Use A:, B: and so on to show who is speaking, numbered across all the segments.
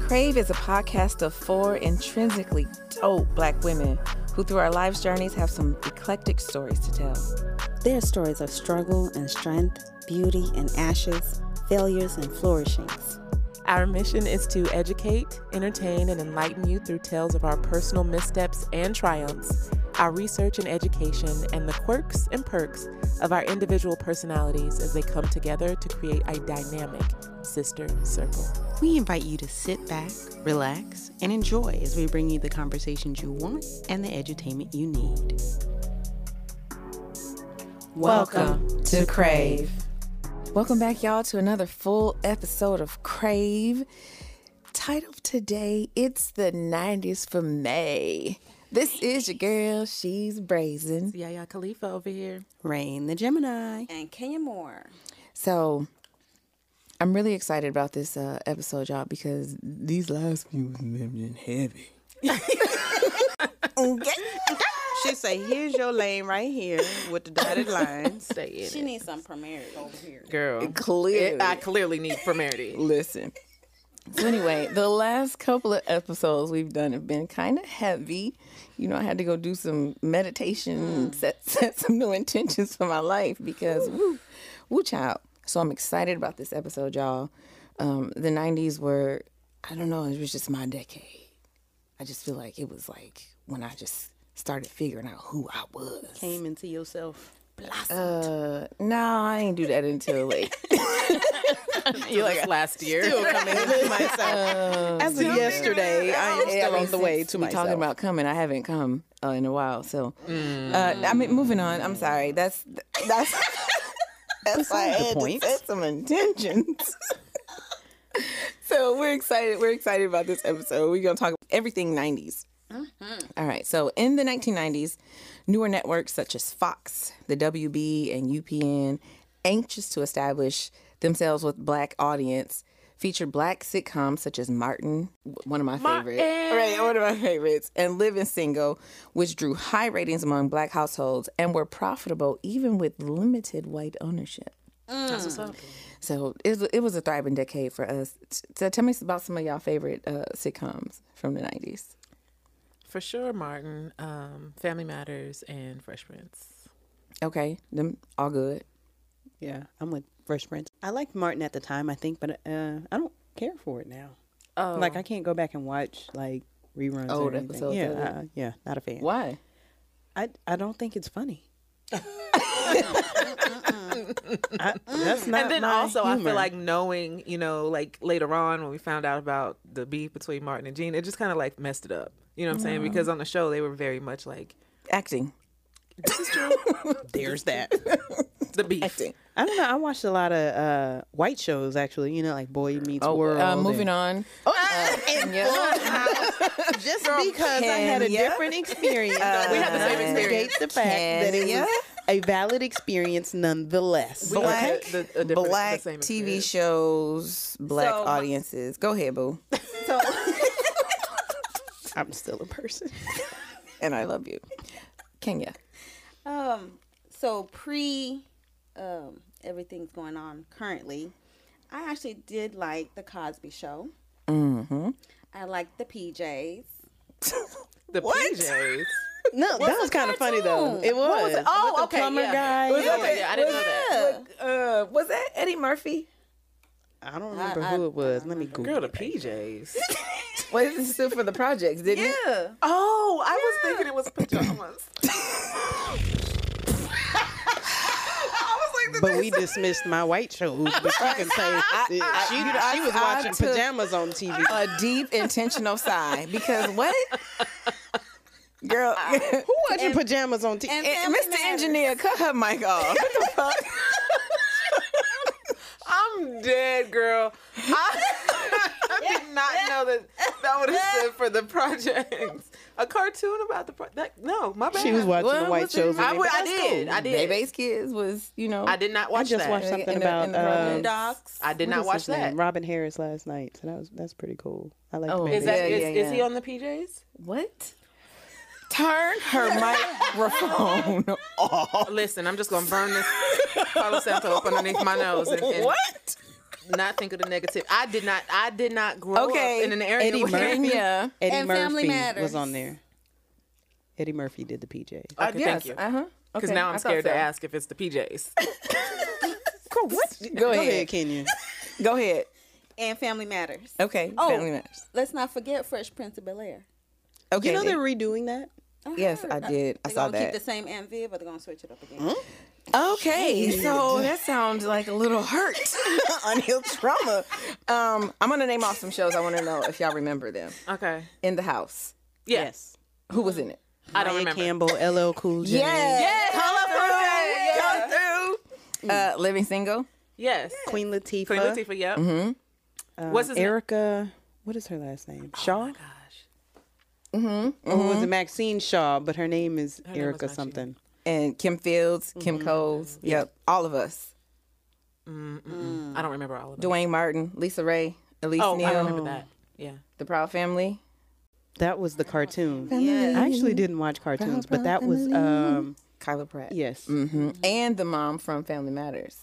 A: Crave is a podcast of four intrinsically dope black women who, through our life's journeys, have some eclectic stories to tell.
B: Their stories of struggle and strength, beauty and ashes, failures and flourishings.
C: Our mission is to educate, entertain, and enlighten you through tales of our personal missteps and triumphs, our research and education, and the quirks and perks of our individual personalities as they come together to create a dynamic sister circle.
D: We invite you to sit back, relax, and enjoy as we bring you the conversations you want and the edutainment you need.
A: Welcome to Crave. Welcome back, y'all, to another full episode of Crave. Title of today, It's the 90s for May. This is your girl, she's brazen.
C: Yaya Khalifa over here.
D: Rain the Gemini.
B: And Kenya Moore.
A: So I'm really excited about this uh, episode, y'all, because these last few have been heavy.
D: She say, "Here's your lane right here with the dotted lines."
C: Stay in
B: She needs some Premier over here.
C: girl.
A: Clear.
C: I clearly need primarity.
A: Listen. So anyway, the last couple of episodes we've done have been kind of heavy. You know, I had to go do some
D: Hmm.
A: meditation, set set some new intentions for my life because woo, woo child. So I'm excited about this episode, y'all. Um, the '90s were, I don't know, it was just my decade. I just feel like it was like when I just started figuring out who I was.
D: Came into yourself.
A: Uh, no, I didn't do that until like
C: You like last year.
D: Coming into myself. As of yesterday, I am
A: Yeah, I
D: still
A: mean,
D: on the way
A: since
D: to
A: we
D: myself.
A: talking about coming. I haven't come uh, in a while, so
D: Mm.
A: uh, I mean, moving on. I'm sorry. That's that's that's why I
D: the
A: had
D: point.
A: to set some intentions. so we're excited. We're excited about this episode. We're gonna talk everything 90s. All right. So in the 1990s, newer networks such as Fox, the WB, and UPN, anxious to establish themselves with black audience, featured black sitcoms such as Martin, w- one of my favorites, right, one of my favorites, and Living Single, which drew high ratings among black households and were profitable even with limited white ownership. So it was, it was a thriving decade for us. So tell me about some of y'all favorite uh, sitcoms from the 90s.
C: For sure, Martin. Um, Family Matters and Fresh Prince.
A: Okay, them all good.
D: Yeah, I'm with Fresh Prince. I liked Martin at the time, I think, but uh, I don't care for it now.
C: Oh.
D: Like I can't go back and watch like reruns.
A: Old
D: or anything.
A: episodes
D: Yeah,
A: of it.
D: uh, yeah, not a fan.
A: Why?
D: I I don't think it's funny. Uh-uh. I, that's not
C: and then
D: my
C: also I
D: humor.
C: feel like knowing, you know, like later on when we found out about the beef between Martin and Gene, it just kind of like messed it up. You know what I'm saying? Because on the show they were very much like
A: Acting.
D: there's that.
C: the beef.
D: I don't know. I watched a lot of uh, white shows actually. You know, like Boy Meets
A: Oh,
D: World.
A: uh, moving on. Oh,
D: Just because I had a
A: Kenya.
D: different experience,
C: We had the same
D: doesn't negate the fact that it
A: Kenya.
D: was a valid experience nonetheless.
C: We
D: Okay?
C: had the- the- a different- the
A: black
C: same
A: TV
C: experience.
A: shows, black
B: So-
A: audiences. Go ahead, boo.
D: I'm still a person.
A: And I love you, Kenya.
B: Um, so pre um everything's going on currently, I actually did like the Cosby show. Mm-hmm. I liked the PJs.
C: The PJs.
D: No, that was kind of funny though. It was.
C: Oh,
D: With the
C: okay,
D: plumber
C: yeah.
D: guy.
C: Yeah, yeah, I didn't know that.
A: Uh, was that Eddie Murphy?
D: I don't remember who it was. Let me Google.
C: Girl, the PJs.
A: Well, this is still for the projects, didn't it?
B: Yeah.
C: Oh, I was thinking it was pajamas.
D: But we dismissed my white shows. But she can say that she, she was
A: I
D: watching
A: took-
D: pajamas on TV.
A: A deep intentional sigh because what? Girl,
D: Who watching pajamas on TV?
B: and-
A: Eh, Mr. Engineer, cut her mic off. What the fuck?
C: I'm dead, girl. I, I did not know that that would have stood for the projects. A cartoon about the pro- that. No, my bad.
D: she was watching the
A: Well,
D: white
A: what's it-
D: shows.
C: I,
D: and
C: would- I
D: everything.
C: did. I did.
A: Baby's kids was, you know.
C: I did not
D: I
C: watch
D: just
C: that.
D: watched
A: In the-
D: something
A: in the-
D: about
A: in the program.
D: um,
B: Docs.
C: I did
D: what
C: not
D: is
C: watch
D: his name?
C: that.
D: Robin Harris last night. So that was that's pretty cool. I like.
A: Oh,
D: Oh,
C: Is that
A: Yeah,
C: is,
A: yeah,
C: is he
A: yeah.
C: on the PJs?
A: What? Turn her microphone off.
C: Listen, I'm just gonna burn this Palo Santo up underneath my nose. And, and
A: What?
C: not think of the negative. I did not. I did not grow
A: Okay,
C: up in an area
D: Eddie
C: where
D: Murphy.
A: Yeah.
D: Eddie
B: And Family
D: Murphy
B: Matters.
D: was on there. Eddie Murphy did the PJ.
A: Uh,
C: Okay,
A: yes.
C: thank you.
A: Uh huh.
C: Because now I'm scared to ask if it's the PJs.
A: Cool. What? Go
D: Go
A: ahead.
D: ahead, Kenya.
A: Go ahead.
B: and Family Matters.
A: Okay.
B: Oh.
A: Family matters.
B: Let's not forget Fresh Prince of Bel Air.
A: Okay.
D: You know they're redoing that.
A: yes, I did. I saw
B: They're gonna
A: that.
B: keep the same MV, but they're gonna switch it up again.
A: Okay, so that sounds like a little hurt, unhealed trauma. Um, I'm gonna name off some shows. I want to know if y'all remember them.
C: okay.
A: In the house,
C: Yes.
A: who was in it?
C: I don't
D: Ryan
C: remember.
D: Campbell, LL Cool J.
A: Yes, come through. Uh, Living single.
C: Yes.
D: Queen Latifah.
C: Queen Latifah. Yep. Mm-hmm.
D: um,
C: What's his name? Oh
D: Erica. What is her last name? Shaw. Or was it Maxine Shaw? But her name is Erica something.
A: and Kim Fields, Kim Coles. Yep, all of us.
C: I don't remember all of them.
A: Dwayne Martin, Lisa Ray, Elise
C: Oh, I
A: Neal,
C: remember that. Yeah.
A: the Proud Family.
D: That was the cartoon.
B: Yes.
D: I actually didn't watch cartoons, but that was um
A: Kyla Pratt.
D: yes,
A: hmm And the mom from Family Matters,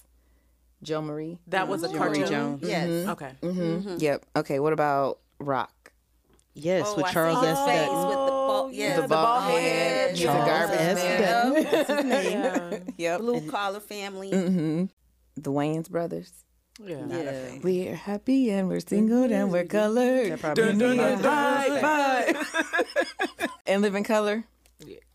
A: Joe Marie.
C: That was a
D: Marie
C: cartoon.
D: Jones.
B: Yes.
C: Okay.
A: Mm-hmm. Yep. Okay. What about Rock?
D: Yes,
B: Oh,
D: with
B: I see
D: Charles
B: his
D: S.
B: face
D: Dutton.
B: with the ball, yeah,
A: the bald
B: bald
A: head. He's a
B: yeah.
A: garbage
B: Yeah.
A: man.
B: Yeah.
C: Yeah.
A: Yep.
B: Blue collar family.
A: The Wayans brothers.
C: yeah.
B: Yeah.
A: We're happy and we're singled and we're colored.
D: Probably
A: and live in color.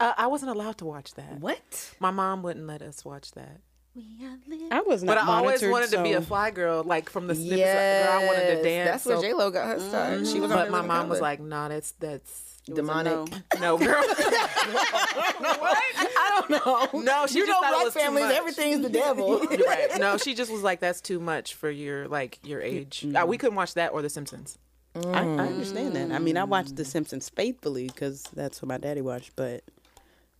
C: Uh, I wasn't allowed to watch that.
A: What?
C: My mom wouldn't let us watch that.
B: We are living.
D: I was not
C: But I always
D: monitored,
C: wanted to be a
D: so-
C: fly girl, like from the snippets.
A: Yeah.
C: Girl, I wanted to dance.
A: That's where
C: so- mm-hmm.
A: J Lo got her start. She was on
C: but
A: Live
C: my
A: in
C: mom was
A: Color.
C: like, "No, that's that's
A: demonic.
C: no, girl."
A: I don't know.
C: No, she
A: you
C: just
A: know
C: thought it
A: black
C: was too
A: families,
C: much.
A: everything's the devil.
C: right. No, she just was like, "That's too much for your like your age."
A: Mm-hmm.
C: Uh, we couldn't watch that or The Simpsons.
D: I, I understand that. I mean, I watched The Simpsons faithfully because that's what my daddy watched, but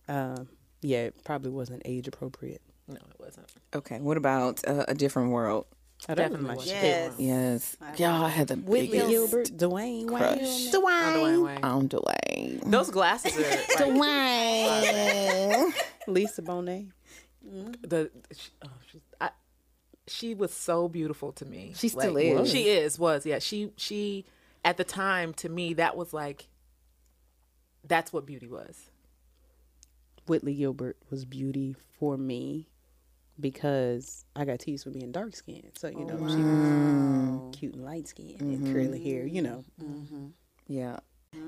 D: um, yeah, it probably wasn't age appropriate.
C: No, it wasn't.
A: okay. What about uh, a different world?
D: I don't
C: Definitely
D: remember much.
C: wasn't.
B: Yes.
A: Yes. Y'all had the
D: Whitley
A: biggest
D: Gilbert, Dwayne
A: crush.
D: Wayne.
C: Dwayne Wayne.
A: on Dwayne.
C: Those glasses are like,
D: Lisa Bonet.
C: the. She, oh, she, I, she was so beautiful to me.
A: She still
C: Like,
A: is.
C: She is. Was yeah. She she at the time to me that was like. That's what beauty was.
D: Whitley Gilbert was beauty for me because I got teased for being dark skinned. So, you know, she was cute and light skinned and curly hair, you know.
A: Yeah.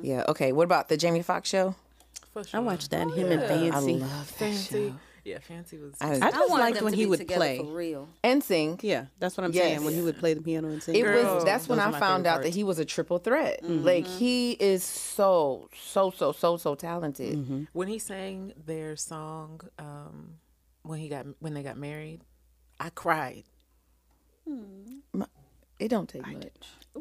A: Yeah. Okay. What about the Jamie Foxx show?
C: For sure.
D: I watched that, him and Fancy. I love
C: Fancy. Yeah, Fancy was.
A: I-
D: I just
B: wanted
D: liked
B: them
D: when
B: to
D: he
B: be
D: would
B: together
D: play.
B: For real.
A: And sing.
D: Yeah, that's what I'm
A: Yes.
D: saying. When he would play the piano and sing.
A: It
C: Girl,
A: was that's when
D: those
A: I
D: are my
A: found
D: favorite
A: out that
D: parts.
A: he was a triple threat. Like he is so so so so so talented.
C: when he sang their song um when he got when they got married i cried
A: It don't take much.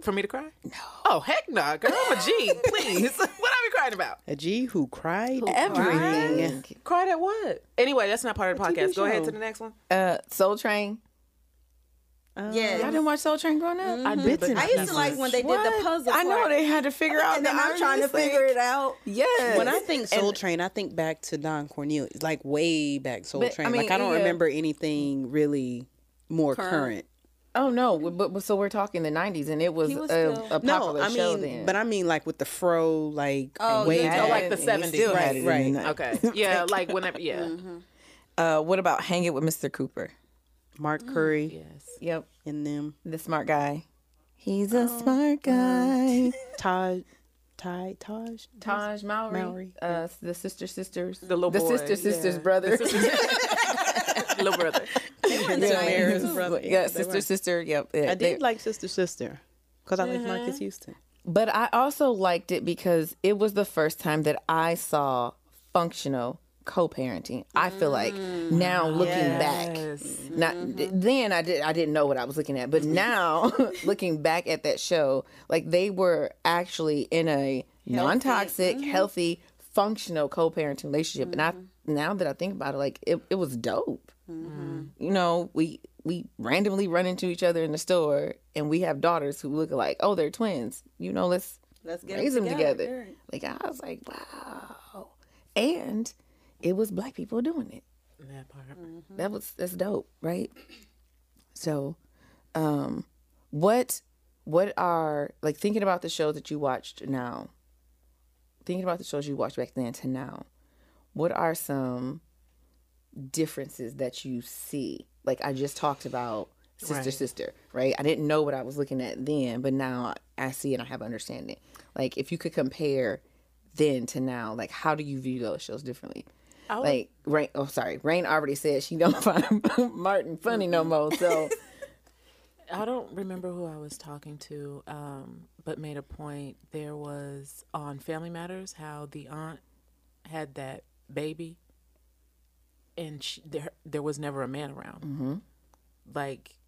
C: for me to cry no oh heck no girl i'm a g please what are we crying about
D: A G who cried
A: Everything.
C: cried at what anyway that's not part of the
D: TV
C: podcast go ahead
D: show.
C: to the next one
A: Uh, Soul Train.
B: Yeah.
A: Y'all didn't watch Soul Train growing up?
C: I,
D: bits and
B: I used to like when they did the puzzle.
A: I know
B: part.
A: they had to figure out.
B: And
A: the
B: then I'm trying to
A: artist, like-
B: figure it out.
A: Yes.
D: When I think Soul Train, I think back to Don Cornelius, like way back Soul
A: But, I
D: Train. like
A: mean,
D: I don't
A: yeah.
D: remember anything really more current.
A: oh no, but, but so we're talking the '90s, and it was,
B: was
A: a,
B: still-
A: a popular
D: No, I mean,
A: show then.
D: but I mean like with the fro, like
B: Oh,
D: way
B: yeah.
D: back.
C: Oh, like the
A: He
C: 70s.
A: still had
D: Right,
A: it in
D: right.
A: the 90s.
C: okay yeah like Mm-hmm. whenever yeah
A: Uh, what about Hang It with Mr. Cooper?
D: Mark Curry
C: yes
A: Yep,
D: in them.
A: the smart guy. He's a smart guy.
D: Taj, Ty, Taj,
A: Taj Mowry,
D: Mowry.
A: Uh, the sister sisters,
C: The little
A: the
C: boy,
A: sister sisters
C: yeah.
A: brother,
C: little brother
D: Tamara's brother.
A: yeah, sister sister, yep. yeah,
D: I
A: they-
D: did like Sister Sister because I like Marcus Houston.
A: But I also liked it because it was the first time that I saw functional co-parenting. I feel like now looking back,
C: Yes.
A: not th- then I did I didn't know what I was looking at, but now looking back at that show, like they were actually in a non-toxic, healthy, functional co-parenting relationship, and I now that I think about it, like it, it was dope. You know, we we randomly run into each other in the store, and we have daughters who look like oh they're twins. You know, let's
B: Let's get
A: raise them together.
B: Right.
A: Like I was like, wow. And it was black people doing it.
C: that part
A: That was that's dope, right? So, um, What what are like thinking about the shows that you watched now? Thinking about the shows you watched back then to now. What are some differences that you see? Like I just talked about sister sister, right? I didn't know what I was looking at then, but now I see and I have understanding. Like if you could compare then to now, like how do you view those shows differently? like Rain, oh sorry, Rain already said she don't find Martin funny no more. So
C: I don't remember who I was talking to, um, but made a point. There was on Family Matters how the aunt had that baby, and she, there there was never a man around. Mm-hmm. Like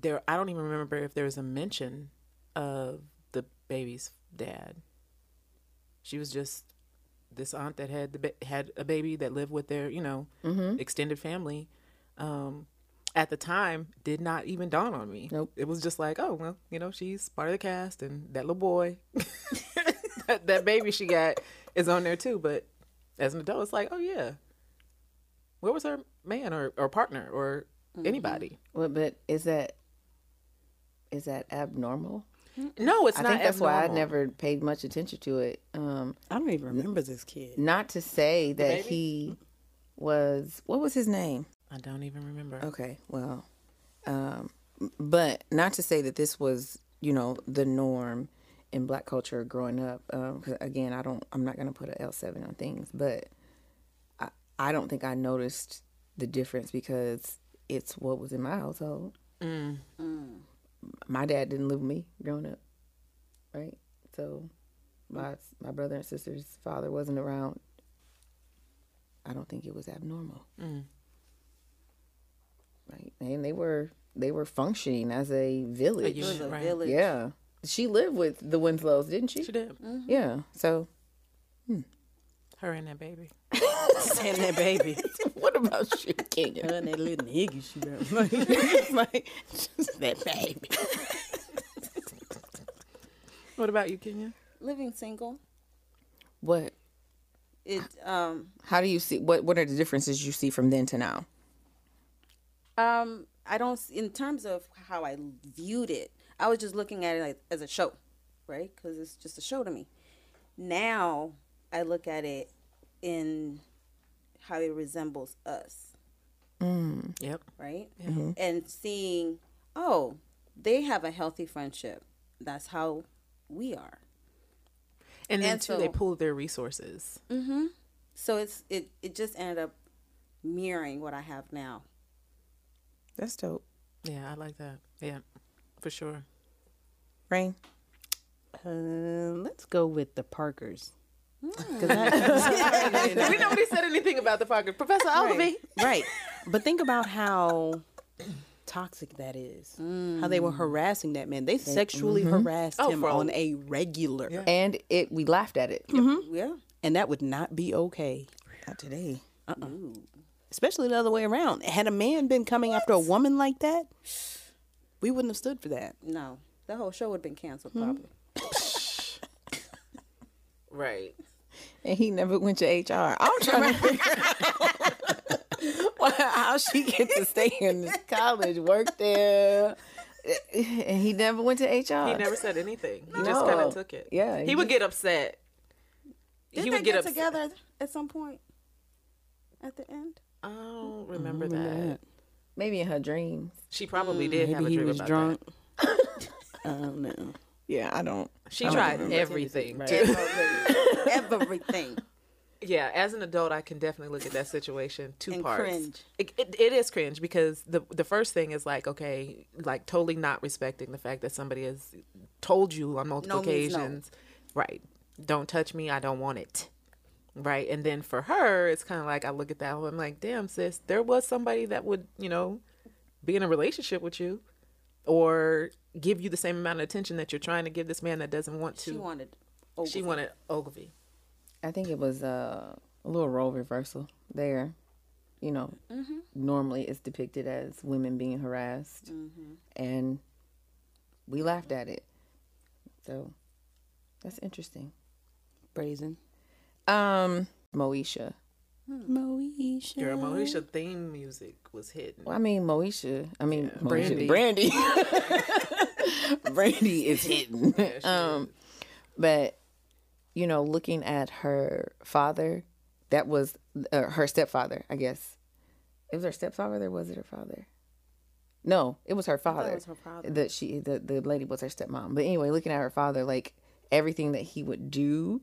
C: there, I don't even remember if there was a mention of the baby's dad. She was just this aunt that had the ba- had a baby that lived with their you know extended family. Um, at the time, did not even dawn on me.
A: Nope.
C: It was just like, oh well, you know, she's part of the cast, and that little boy, that, that baby she got is on there too. But as an adult, it's like, oh yeah, where was her man or or partner or anybody?
A: Well, but is that is that abnormal?
C: No, it's
A: I
C: not.
A: think that's why I
C: abnormal.
A: never paid much attention to it. Um,
D: I don't even remember this kid.
A: not to say that he was what was his name?
C: I don't even remember.
A: Okay, well, um, but not to say that this was you know the norm in Black culture growing up. Um, 'cause again, I don't. I'm not gonna put a L seven on things, but I I don't think I noticed the difference because it's what was in my household. My dad didn't live with me growing up, right? So my my brother and sister's father wasn't around. I don't think it was abnormal right? And they were they were functioning as a village.
B: It was a
C: Right.
B: village.
A: Yeah, she lived with the Winslows, didn't she?
C: She did.
A: Yeah. So
C: Her and that baby.
D: And that baby.
A: what about you, Kenya?
D: and that little nigga she got. Like,
A: like just that baby.
C: What about you, Kenya?
B: Living single.
A: What?
B: It um
A: How do you see? What What are the differences you see from then to now?
B: um I don't s- in terms of how I viewed it. I was just looking at it like, as a show, right? Cuz it's just a show to me. Now I look at it in how it resembles us.
C: Yep.
B: right? And seeing, oh, they have a healthy friendship. That's how we are.
C: And then
B: And
C: too, they
B: so-
C: pooled their resources.
B: So it's it it just ended up mirroring what I have now.
A: That's dope.
C: Yeah, I like that. Yeah, for sure.
A: Rain.
D: um, let's go with the Parkers. 'Cause
C: we nobody said anything about the pocket, Professor Olivey.
D: I, right. But think about how toxic that is. How they were harassing that man. They sexually harassed
C: Oh,
D: him
C: for a-
D: on a regular.
A: And it we laughed at it.
B: Yeah.
D: And that would not be okay.
A: Not today.
D: Especially the other way around. Had a man been coming after a woman like that, we wouldn't have stood for that.
B: No. The whole show would have been canceled probably.
C: Right.
A: And he never went to HR. I'm trying to figure out why- how she get to stay in this college, work there, and he never went to HR.
C: He never said anything. He just kind
A: No.
C: of took it.
A: Yeah,
C: He,
A: he
C: would get upset.
B: Did
C: he
B: they
C: would get,
B: get
C: upset.
B: together at some point at the end?
C: I don't remember, that.
A: Maybe in her dreams.
C: She probably did have a dream about that.
D: I don't know.
A: Yeah, I don't.
C: She tried everything. to-
B: Everything. Everything.
C: Yeah, as an adult, I can definitely look at that situation two
B: And
C: parts.
B: cringe.
C: It, it, it is cringe because the the first thing is like okay, like totally not respecting the fact that somebody has told you on multiple
B: No means no.
C: occasions, right? Don't touch me. I don't want it. Right, and then for her, it's kind of like I look at that. I'm like, damn, sis, there was somebody that would you know be in a relationship with you, or give you the same amount of attention that you're trying to give this man that doesn't want to.
B: She wanted Ogilvy.
C: she wanted Ogilvy.
A: I think it was uh, a little role reversal there. You know, normally it's depicted as women being harassed, and we laughed at it. So that's interesting.
D: Brazen.
A: Um, Moesha.
D: Moesha.
C: Girl, Moesha theme music was hidden.
A: Well, I mean, Moesha. I mean, Moesha,
D: Brandy.
A: Brandy. Brandy is hidden. um, but you know, looking at her father, that was uh, her stepfather, I guess. It was her stepfather, or was it her father? No, it was her father.
B: was her father.
A: That she, the, the lady, was her stepmom. But anyway, looking at her father, like everything that he would do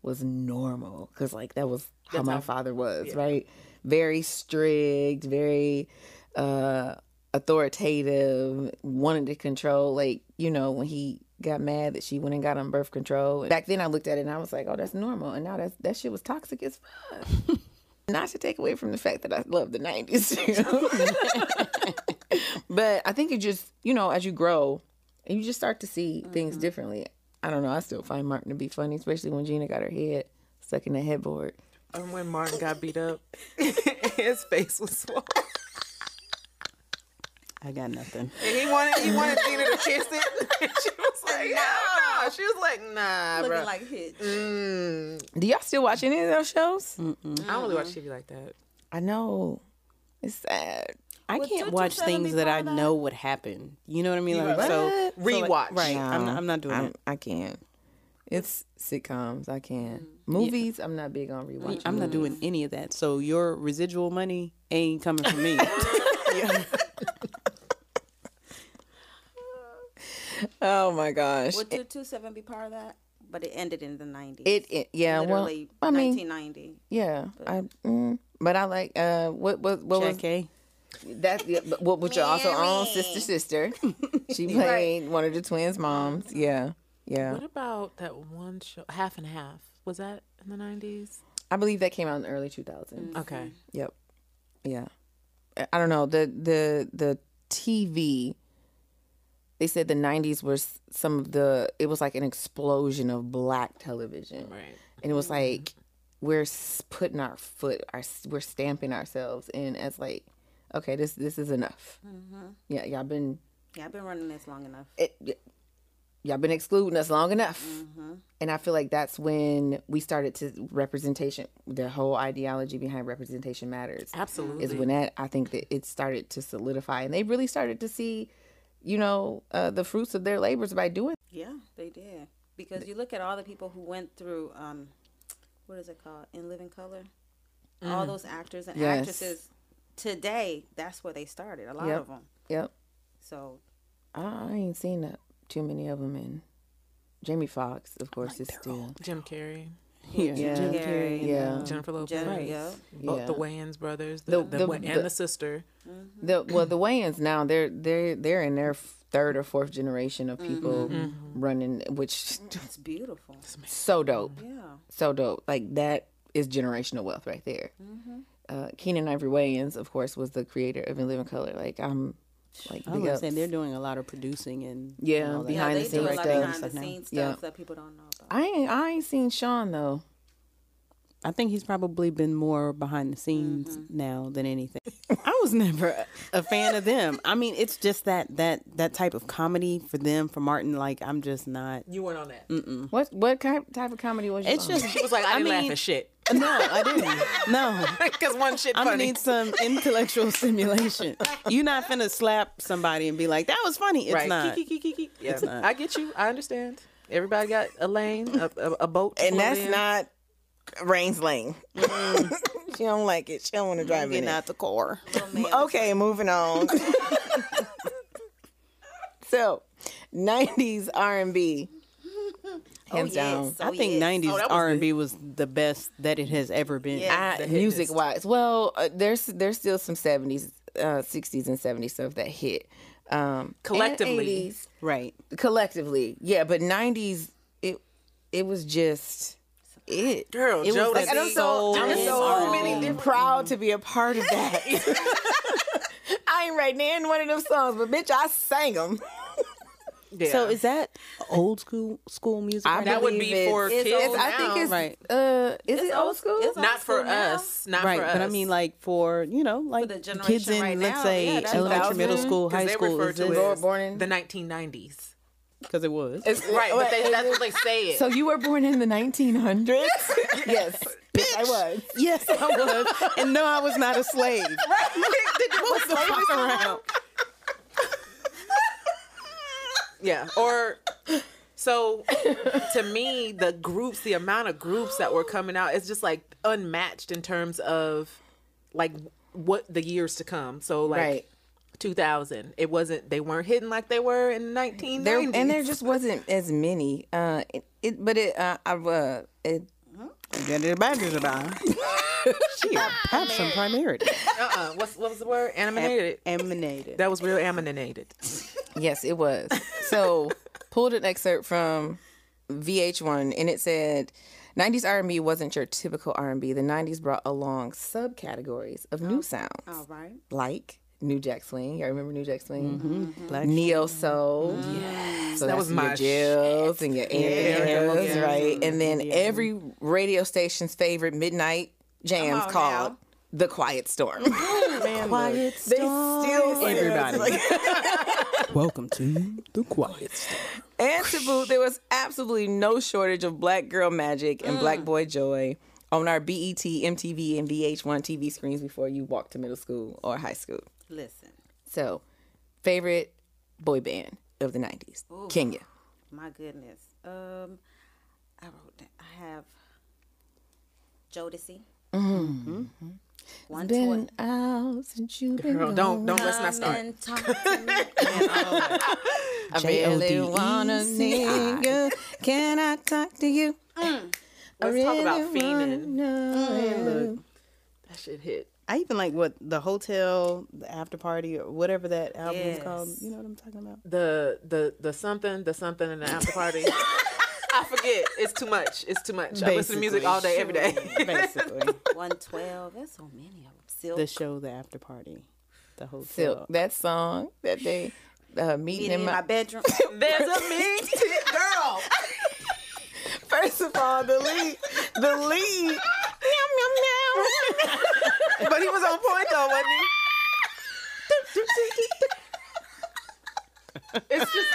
A: was normal because, like, that was how my father was, right? Very strict, very uh authoritative, wanted to control. Like, you know, when he got mad that she went and got on birth control. Back then I looked at it and I was like, oh, that's normal. And now that's, that shit was toxic as fuck. Not to take away from the fact that I love the 90s. you know? but I think it just, you know, as you grow, you just start to see things differently. I don't know. I still find Martin to be funny, especially when Gina got her head stuck in the headboard.
C: And when Martin got beat up, his face was swollen.
D: I got nothing.
C: And he wanted he wanted Gina to kiss it. And she was like, no. She was like, nah,
B: Looking
C: bro.
B: like Hitch.
C: Mm.
A: Do y'all still watch any of those shows?
C: I don't really watch TV like that.
A: I know. It's sad.
D: I
B: Would
D: can't
B: Tutu
D: watch
B: Seven
D: things
B: be
D: that I
B: proud of?
D: know would happen. You know what I mean? Like,
A: right.
D: so,
A: What?
D: so, like,
C: Rewatch.
D: right. I'm,
A: No,
D: not, I'm not doing
A: I'm,
D: it.
A: I can't. It's sitcoms. I can.
D: Mm,
A: Movies. I'm not big on rewatching.
D: I'm not doing any of that. So your residual money ain't coming from me.
A: Oh my gosh.
B: Would 227 be part of that? But it ended in the 90s.
A: It, it yeah.
B: Literally
A: well, I mean
B: 1990.
A: yeah. I mm, but I like uh what what what
D: Jack A.
A: was that yeah, but what but you're also on sister sister. She played one of the twins' moms. Yeah. Yeah.
C: What about that one show, Half and Half? Was that in the 90s?
A: I believe that came out in the early
D: Mm.
A: 2000s.
C: Okay.
A: Yep. Yeah. I- I don't know. The the the TV they said the 90s was some of the it was like an explosion of black television.
C: Right.
A: And it was like we're s- putting our foot our s- we're stamping ourselves in as like okay, this this is enough. Yeah, y'all been
B: Yeah, I've been running this long enough.
A: it, y- y'all been excluding us long enough. And I feel like that's when we started to representation, the whole ideology behind representation matters
C: Absolutely.
A: is when that I think that it started to solidify, and they really started to see, you know, uh, the fruits of their labors by doing.
B: Yeah, they did. Because you look at all the people who went through, um, what is it called? In Living Color? All those actors and
A: Mm. Yes.
B: actresses today, that's where they started, a lot
A: Yep.
B: of them.
A: Yep,
B: So,
A: I, I ain't seen that too many of them in. Jamie Foxx, of course, is still
C: Jim Carrey,
D: Yeah.
B: Jim Carrey,
A: yeah.
C: Jennifer Lopez,
B: Jen, yeah.
C: both the
A: Yeah.
C: Wayans brothers,
A: The-
C: the, the,
A: the-
C: Wa- and
A: the-
C: the, sister.
A: The well, the Wayans now they're they're they're in their f- third or fourth generation of people running, which
B: It's beautiful.
A: so dope,
B: Yeah.
A: so dope. Like that is generational wealth right there. Uh, Keenan Ivory Wayans, of course, was the creator of In Living Color. Like I'm, like
D: I
A: big
D: was
A: ups.
D: saying they're doing a lot of producing and and
A: Yeah,
D: all that.
B: Yeah,
A: behind the
B: they do a
A: scenes
B: lot of
A: stuff.
B: behind the scenes stuff
A: Yeah.
B: that people don't know about.
A: I ain't I ain't seen Sean though.
D: I think he's probably been more behind the scenes now than anything. I was never a- a fan of them. I mean, it's just that that that type of comedy for them for Martin. Like, I'm just not.
C: You weren't on that.
A: What what ki- type of comedy was you?
D: It's
A: on?
D: just
C: She was like, I, didn't laugh at shit
D: no, I didn't. No,
C: because one shit
D: I'm gonna
C: funny.
D: need some intellectual stimulation. You're not finna slap somebody and be like, "That was funny." It's
C: right?
D: not.
C: Kiki, kiki, kiki. Yeah.
D: not.
C: I get you. I understand. Everybody got a lane, a, a, a boat, to
A: and
C: float
A: that's
C: in.
A: not Rain's lane. she don't like it. She don't want to drive in
D: Getting
A: it.
D: out Mm. the core.
A: Okay, moving on. so, nineties R and B. Oh, Hands down.
C: Oh,
B: oh,
D: I think '90s R&B was the best that it has ever been.
A: I, music wise, well, uh, there's there's still some seventies, uh, sixties, and seventies stuff that hit. Um, and
C: Collectively.
A: 80s.
D: Right.
A: collectively yeah but 90s it it was just it
C: Girl,
D: It was
C: Jodeci.
D: like-
A: and I'm so, I'm
D: Soul
A: so
D: and
A: many
D: R&B.
A: different- proud to be a part of that i ain't writing in one of them songs but bitch i sang them
C: Yeah.
D: So is that old school school music?
A: I
D: right now?
C: that would
A: believe
C: be
A: it's-
C: for
A: it's it's,
C: kids.
A: i think
C: now.
A: it's
D: Right.
A: uh is it old school
B: it's
C: not for us. Not
D: right,
C: for us.
D: but I mean, like for you know, like
B: the
D: kids
B: generation
D: in
B: right
D: let's
B: now,
D: say
B: yeah, that's
D: elementary, middle
A: 2000,
D: school,
C: because
D: high
C: they
D: school,
C: refer
D: is
C: to it
A: Lord
C: as
D: this
A: born in-
C: the 1990s.
D: because it was.
C: Right, but they, that's what they say it.
A: so you were born in the 1900s yes bitch i was
D: yes, I was, and no, I was not a slave.
C: What the fuck around? Yeah. Or so to me, the groups, the amount of groups that were coming out is just like unmatched in terms of like what the years to come. So like
A: Right.
C: 2000, it wasn't they weren't hitting like they were in 1990s.
A: there and there just wasn't as many. Uh, it, it but it uh, I've uh, it,
D: Get it about it about. She a have some primarity.
C: uh-uh. What's, what was the word? Animated.
D: Emanated.
C: that was real animated.
A: yes, it was. So pulled an excerpt from VH1 and it said. 90s R&B wasn't your typical R&B. The 90s brought along subcategories of new sounds.
B: All right.
A: like New Jack Swing. Y'all remember New Jack Swing?
D: Mm-hmm. Black Mm-hmm.
A: Neo Soul. Yes. So that was
C: was
A: my
C: my
A: Jills and your Ann Hamels, right? And then every radio station's favorite midnight jams
B: on
A: called
B: now.
A: The Quiet Storm.
D: Quiet
A: they still
D: Everybody. Welcome to the quiet. Storm.
A: And to boot, there was absolutely no shortage of black girl magic and black boy joy on our E BET, MTV, and VH1 TV screens before you walked to middle school or high school.
B: Listen,
A: So, favorite boy band of the 90s, Kenya.
B: my goodness. Um, I wrote. That. I have Jodeci. Mm-hmm. One toy.
A: Been out since you've been
C: Girl, don't don't let's not
B: Come
C: start.
B: and talk to me. And all that.
A: I really wanna sing. uh, Can I talk to you?
D: Mm.
C: Let's talk about fiending.
A: No.
C: That shit hit.
D: I even like what the hotel, the after party, or whatever that album is called.
B: Yes.
D: You know what I'm talking about?
C: the the the something, the something, and the after party. I forget. It's too much. It's too much. I listen to music
D: Basically.
C: all day, every day.
D: Basically,
B: 112. There's so many of them. Silk.
D: the show, the after party, the hotel.
A: Silk, that song that they uh, meeting
B: Meeting
A: in my.
B: bedroom.
C: There's a me, girl.
A: First of all, the lead, the lead. meow, meow,
C: But he was on point though, wasn't he? It's just.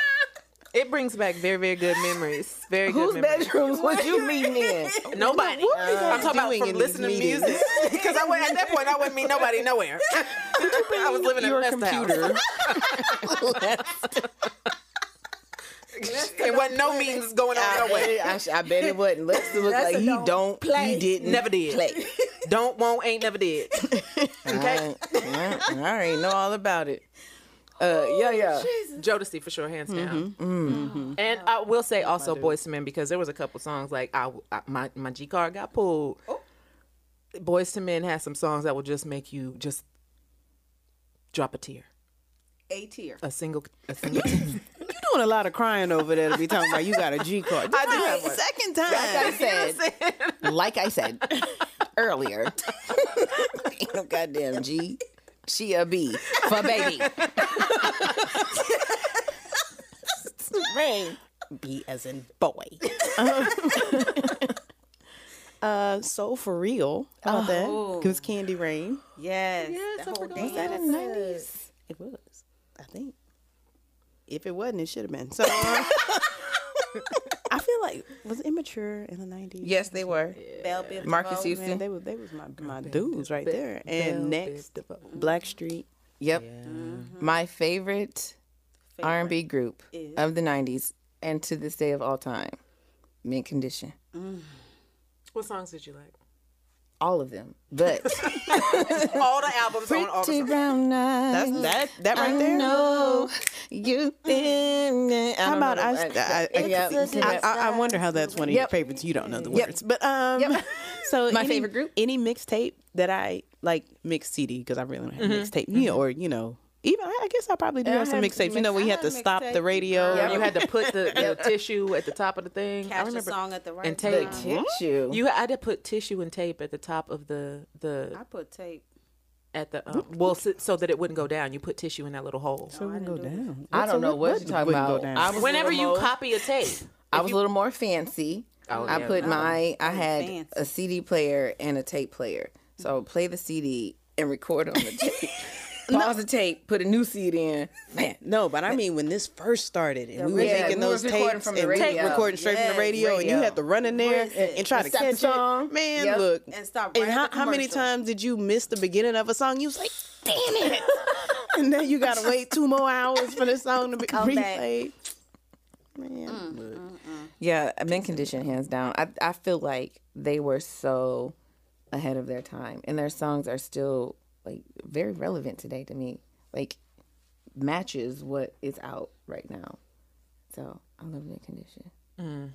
C: It brings back very, very good memories. Very
A: meow.
C: good
A: Whose
C: memories.
A: bedrooms was you meeting in?
C: Nobody. I'm talking about
D: doing
C: from
D: in these
C: listening to music. Because I went at that point, I wouldn't meet nobody nowhere. I was living in
D: Your
C: a computer.
D: computer.
C: It wasn't no meetings going on nowhere.
A: I, sh- I bet it wasn't. Let's look
B: That's
A: like
B: a
A: he
B: don't
A: don't play. He didn't
C: Never did.
A: play.
C: Don't won't ain't never did.
A: Okay. I, yeah, I already know all about it. Uh, yeah, yeah.
C: Jodeci for sure, hands down. And Mm-hmm. I will say also Boys to Men because there was a couple songs like I, I- my my G card got pulled. Boys to Men has some songs that will just make you just drop a tear,
B: A tier.
C: a single, a single. tear.
D: You're doing a lot of crying over there to be talking about you got a G card.
C: I do have one.
A: Second time. Like I said. like I said earlier. Ain't no goddamn G. She a B for baby.
D: Ring. B as in boy. uh, so for real, how about
C: Oh.
D: that? It was Candy Rain.
B: Yes. that whole dance.
A: nineties.
D: It was, I think. If it wasn't, it should have been. So uh, I feel like was immature in the nineties.
A: Yes, they were.
B: Bell Biv
A: Marcus
B: DeVoe.
A: Houston.
D: Man, they was they was my my dudes right there. And next, Blackstreet.
A: Yep. My favorite R and B group
B: is-
A: of the nineties and to this day of all time. Mint condition.
C: What songs did you like?
A: All of them. But
C: All the albums on all the
A: Pretty
C: songs.
A: brown eyes.
C: Mm-hmm.
D: That's that that right
A: I
D: there.
A: know you think.
D: How about I? I, I,
A: yeah,
D: I- I- I wonder how that's one of your
A: Yep.
D: favorites. You don't know the
A: Yep.
D: words, but um,
A: Yep.
D: so
A: My
D: any-
A: favorite group?
D: any mixtape that I like mix CD because I really don't
A: Mm-hmm.
D: have mixtape, you know, or you know, even I I guess I probably do have some mixtapes. You know, where you have to stop the radio.
C: You had to put the, the tissue at the top of the thing. I
B: Catch the
C: remember
B: song at the right
C: and
B: time.
C: tape.
A: tissue.
C: You had to put tissue and tape at the top of the the
B: I put tape.
C: at the um, well so, so that it wouldn't go down. You put tissue in that little hole.
D: So it wouldn't go down.
A: I don't know what, you're talking
D: wouldn't go
A: about.
D: down?
A: I was
C: Whenever
A: a little
C: you
A: more,
C: copy a tape,
A: I was a little more fancy.
C: Oh,
A: I
C: yeah.
A: put my I had
B: fancy.
A: a CD player and a tape player. So I would play the CD and record on the tape. Pause the tape, put a new CD in. Man,
D: No, but I mean when this first started and we were
A: Yeah,
D: taking
A: we was
D: those
A: recording
D: tapes
A: from the
D: and we
A: radio.
D: recording straight from
B: Yes,
D: the radio, and you
A: radio.
D: had to run in there and, and try to
A: Stop the
D: catch
A: song.
D: it. Man,
A: Yep.
D: look.
B: And stop
D: And
B: right
D: how,
B: at the
D: how many
B: commercial.
D: times did you miss the beginning of a song? You was like, damn it. and then you gotta wait two more hours for the song to be
B: Come back.
D: replayed.
A: Yeah, men condition hands down. I I feel like they were so ahead of their time, and their songs are still like very relevant today to me. Like matches what is out right now. So I love men condition.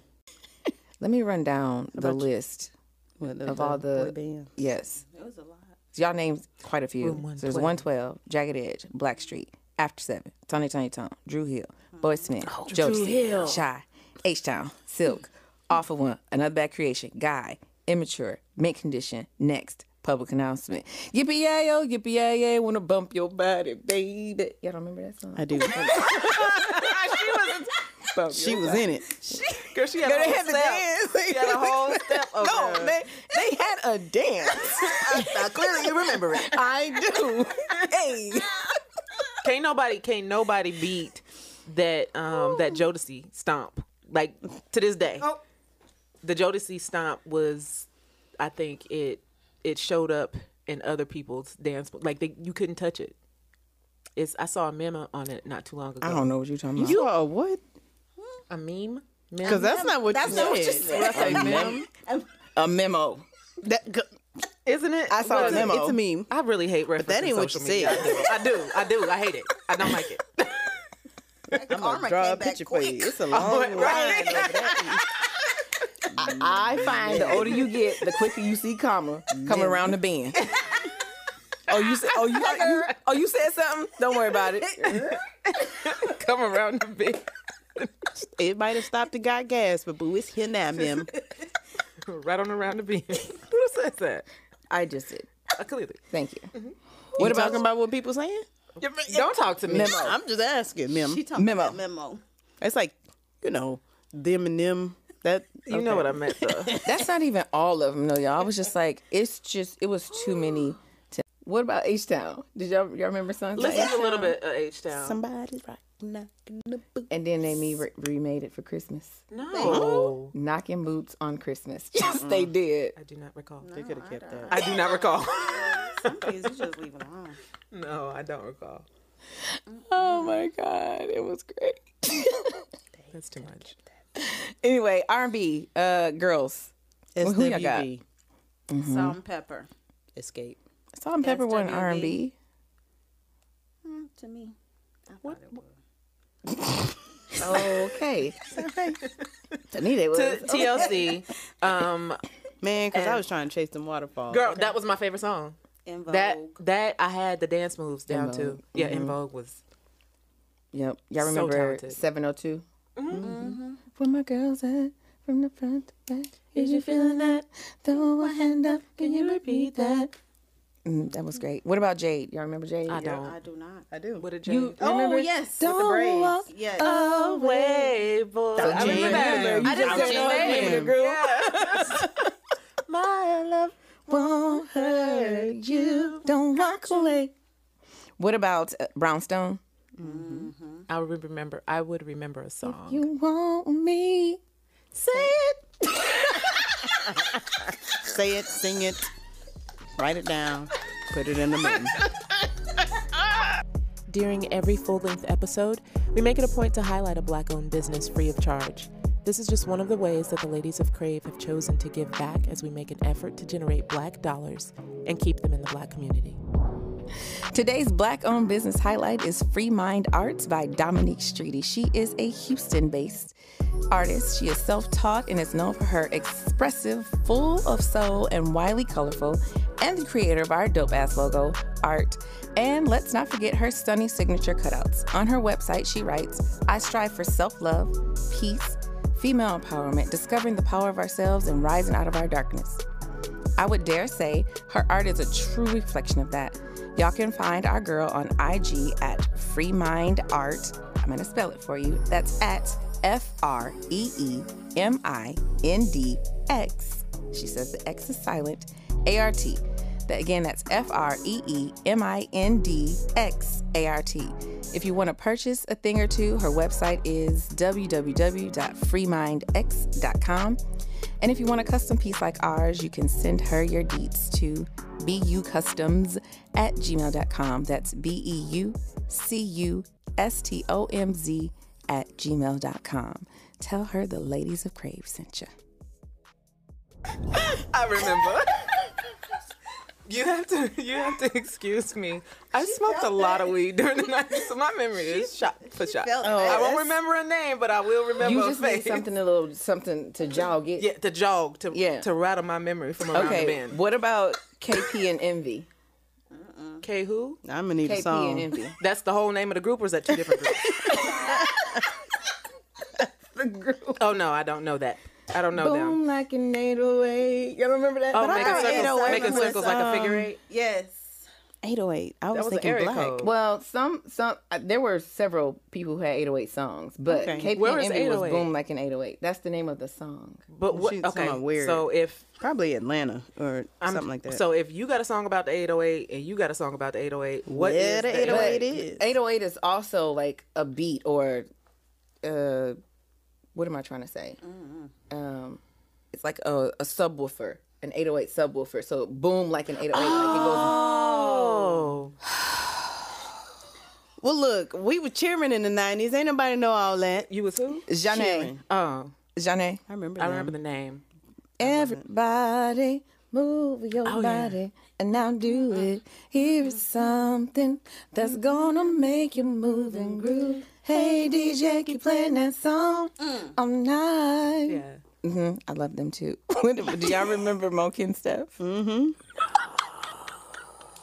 A: Let me run down the list
D: What,
A: of all the
D: boy band?
A: yes.
B: It was a lot.
A: So y'all named quite a few. So there's 112, Jagged Edge, Blackstreet, After Seven, Tony Tony Tone, Drew Hill,
B: Mm-hmm.
A: Boy Smith, Jodeci, Shy, H Town, Silk, Off of One, Another Bad Creation, Guy, Immature, Mint Condition, Next, Public Announcement. Yippee yo, yippee yay, wanna bump your body, baby. Y'all don't remember that song?
D: I do.
A: Bump
D: she
A: your
D: was in it.
C: Girl, she had,
A: Girl,
C: a
A: they
C: whole
A: had to
C: step.
A: dance.
C: She had a whole step of
A: No,
C: her.
A: man, they had a dance.
C: I clearly remember it.
A: I do. Hey.
C: Can't nobody, can't nobody beat that um that Jodeci stomp. Like to this day,
B: Oh.
C: the Jodeci stomp was, I think it it showed up in other people's dance. Like they, you couldn't touch it. It's I saw a meme on it not too long ago.
A: I don't know what you're talking about.
D: You are a what?
C: A meme.
D: Because that's not what
B: That's
D: you
B: not what you
D: said.
B: said.
A: a memo.
D: That, g-
C: isn't it? I
A: saw a memo.
D: It's a meme.
C: I really hate referencing
D: that ain't what
C: social
D: you
C: media. I do. I do. I do. I hate it. I don't like it.
B: I'm gonna
D: Draw a picture for you. It's a
A: Oh,
D: long line. over there.
A: I find the older you get, the quicker you see comma coming around the bend. Oh, you said. Oh, you, you. Oh, you said something. Don't worry about it.
C: Come around the big
D: It might have stopped and got gas, but boo, it's here now, ma'am.
C: right on around the bend. Who says that?
A: I just did.
C: Uh, clearly.
A: Thank you.
D: What about talking about what people saying?
C: Don't talk to me.
A: Memo.
D: I'm just asking, ma'am.
B: She talking
A: Memo.
B: about memo.
D: It's like, you know, them and them. That
C: You know what I meant though.
A: That's not even all of them, though, y'all. I was just like, it's just. It was too many. To, what about H Town? Did y'all y'all remember songs? like
C: Let's do a little bit of H Town.
D: somebody right knocking the boot.
A: And then they me re- remade it for Christmas.
C: No.
A: Knocking boots on Christmas. Yes, they did.
C: I do not recall.
D: They could have kept that.
C: I do not recall.
B: Some things you just leave alone.
C: no, I don't recall.
A: Oh my god, it was great.
C: That's too much.
A: anyway, R&B uh, girls. Well, who y'all got?
D: SWB.
B: Salt and pepper.
D: Escape.
A: Salt and Pepper wasn't
B: SWV.
A: R&B.
B: Hmm, to me. I thought it was.
A: Oh, Okay. to me, they was.
C: Uh, TLC. Um,
D: Man, because I was trying to chase them waterfalls.
C: girl, that was my favorite song.
B: In Vogue.
C: That that I had the dance moves down to.
A: Vogue.
C: Yeah, in Vogue was
A: Yep. Y'all
C: So
A: remember
C: talented.
A: 702? Mm-hmm. Where my girls at? From the front to back. Is you feeling that? Throw a hand up. Can you repeat that? Mm, that was great. What about Jade? Y'all remember Jade?
C: I don't.
B: I do not. Oh,
D: I do.
C: What did
A: You
C: you
A: remember?
B: yes. With the
A: Don't
B: braids.
A: walk
B: Yes.
A: Oh,
C: away, boy? I
A: Jane
C: remember
A: Taylor.
C: that.
A: You
C: I just
A: just
C: don't know
A: said
C: her
A: Jane
C: name. Yeah. My love.
A: won't hurt you. Don't walk away. What about uh, Brownstone?
C: I would remember. I would remember a song.
A: You want me?
C: Say it.
D: Say it, sing it, write it down, put it in the mountain.
C: During every full length episode, we make it a point to highlight a black owned business free of charge. This is just one of the ways that the ladies of Crave have chosen to give back as we make an effort to generate black dollars and keep them in the black community.
A: Today's Black owned business highlight is Free Mind Arts by Dominique Streety. She is a Houston based artist. She is self taught and is known for her expressive, full of soul, and wildly colorful, and the creator of our dope ass logo, art. And let's not forget her stunning signature cutouts. On her website, she writes I strive for self love, peace, female empowerment, discovering the power of ourselves, and rising out of our darkness. I would dare say her art is a true reflection of that. Y'all can find our girl on IG at Free Mind Art. I'm going to spell it for you. That's at F R E E M I N D X. She says the X is silent. A R T. That again, that's F R E E M I N D X A R T. If you want to purchase a thing or two, her website is www.freemindx.com. And if you want a custom piece like ours, you can send her your deets to bucustoms at gmail.com. That's B E U C U S T O M Z at gmail.com. Tell her the ladies of Crave sent you.
C: I remember. you have to you have to excuse me. I smoked a lot of weed during the night, so my memory is shot for shot.
B: felt
C: I won't
B: this.
C: remember a name, but I will remember
A: You
C: a
A: just need
C: face.
A: something a little something to jog it.
C: Yeah, to jog to
A: Yeah.
C: to rattle my memory from around the
A: Okay.
C: bend.
A: What about KP and Envy?
C: K who?
D: I'm gonna need a
A: KP and
D: song.
A: Envy.
C: That's the whole name of the group, or is that two different groups?
A: The group.
C: oh no, I don't know that. I don't know them.
A: Boom like an 808. Y'all remember that?
C: Oh,
A: But I
C: making
A: thought
C: circles,
A: 808
C: making
A: was,
C: circles like a figure
D: um,
C: eight.
B: Yes.
D: 808. I was,
C: was an
D: thinking
C: area
D: black.
C: code.
A: Well, some some uh, there were several people who had 808 songs, but
D: Okay.
A: KP
C: Where
A: and
C: is
A: Envy was
C: 808?
A: Boom Like an 808. That's the name of the song.
C: But what?
D: She's
C: Okay,
D: something weird.
C: so if
D: Probably Atlanta or something like that.
C: So if you got a song about the 808 and you got a song about the 808, what
D: Yeah,
C: is
D: the
C: the
D: 808
A: But
D: is.
A: 808 is also like a beat or uh what am I trying to say? Um it's like a, a subwoofer, an 808 subwoofer. So boom like an 808 like it goes
C: Oh,
D: well, look, we were cheering in the 90s. Ain't nobody know all that.
C: you was who?
A: Jeanne.
D: Cheering.
C: Oh,
A: Jeanne.
D: I remember.
C: I
D: them.
C: remember the name.
A: Everybody move your
C: yeah.
A: body and now do it. Here is something that's gonna make you move and groove. Hey DJ, keep playing that song all night.
C: Yeah.
A: hmm I love them too. What- do y'all remember Moken stuff?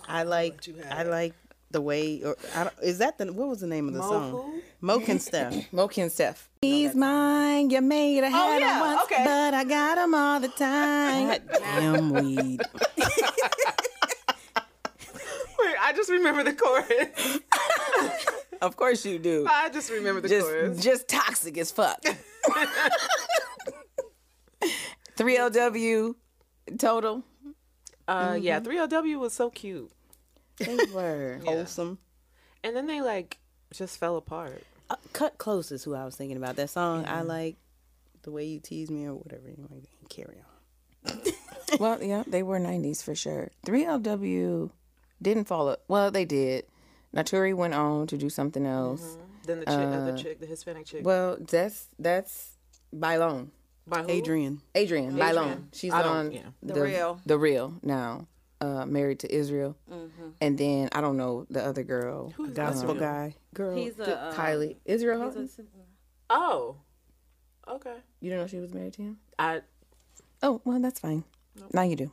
D: I like. I like the way. Or I don't, is that the what was the name of the song? Moke and stuff.
A: Moken stuff. He's mine. You made
D: Oh,
A: a had 'em
C: Oh, yeah,
A: once,
C: okay.
A: but I got 'em all the time.
D: Damn weed.
C: Wait, I just remember the chorus.
A: of course you do.
C: I just remember the
A: Just,
C: chorus.
A: just toxic as fuck. 3LW total.
C: Uh, yeah,
A: Mm-hmm.
C: 3LW was so cute,
A: They were.
D: Wholesome.
C: and then they like just fell apart.
D: Uh, Cut close is who I was thinking about. That song. I like the way you tease me or whatever. Anyway, carry on.
A: well, yeah, they were 90s for sure. 3LW didn't follow. Well, they did. Naturi went on to do something else.
C: Then the chick,
D: Uh,
C: other chick, the Hispanic chick,
A: Well, that's that's Bylone.
C: by who?
D: Adrian.
A: Adrian, Bylone. She's
C: I don't-
A: on
C: yeah.
A: the,
B: Real.
A: The real now. Uh, married to Israel.
C: Mm-hmm.
A: And then I don't know the other girl.
D: Gospel guy.
A: Girl,
B: He's a,
A: th-
C: um,
B: uh,
A: Kylie. Israel Houghton?
C: Oh, okay.
A: You didn't know she was married to him?
C: I
A: Oh, well, that's fine. Now you do.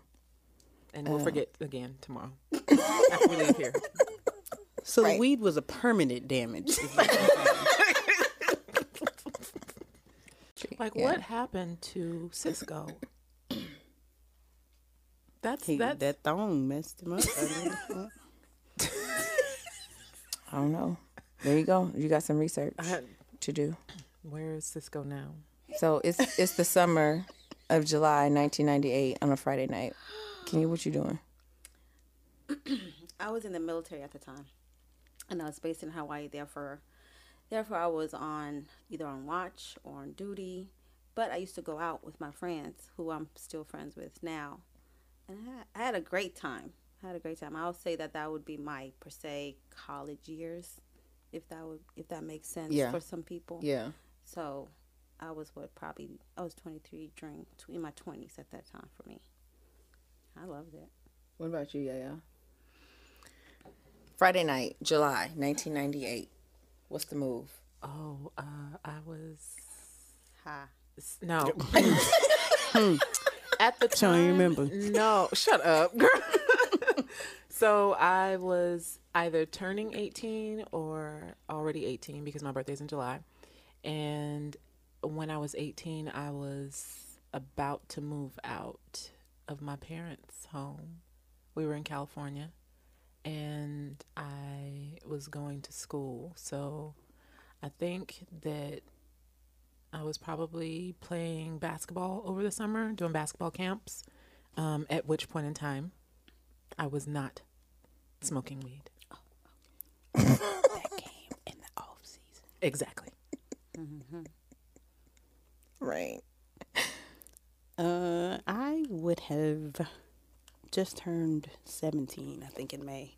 C: and
D: Uh,
C: we'll forget again tomorrow. After we leave here.
D: So the weed was a permanent damage.
C: Like what happened to Cisco? That's
D: He-
C: that's
D: that thong messed him up. I mean,
A: I don't know. There you go. You got some research
C: had-
A: to do.
C: where is Cisco now?
A: So it's it's the summer of July 1998 on a Friday night. Kenny, what you doing?
B: I was in the military at the time, and I was based in Hawaii. Therefore, therefore I was on either on watch or on duty. But I used to go out with my friends, who I'm still friends with now, and I had, I had a great time. I had a great time. I'll say that that would be my per se college years, if that would if that makes sense
A: Yeah.
B: for some people.
A: Yeah.
B: So, I was what probably I was 23 during in my 20s at that time for me. I loved it.
A: What about you, Yaya? Friday night, July 1998. What's the move?
C: Oh, uh, I was
B: Ha.
C: no. At the
D: I
C: time,
D: don't remember.
C: no. Shut up, girl. so I was either turning eighteen or already eighteen because my birthday's in July, and when I was eighteen, I was about to move out of my parents' home. We were in California, and I was going to school, so. I think that I was probably playing basketball over the summer, doing basketball camps. Um, at which point in time, I was not smoking weed. that came in the off season. Exactly.
A: Right.
D: Uh, I would have just turned 17, I think, in May.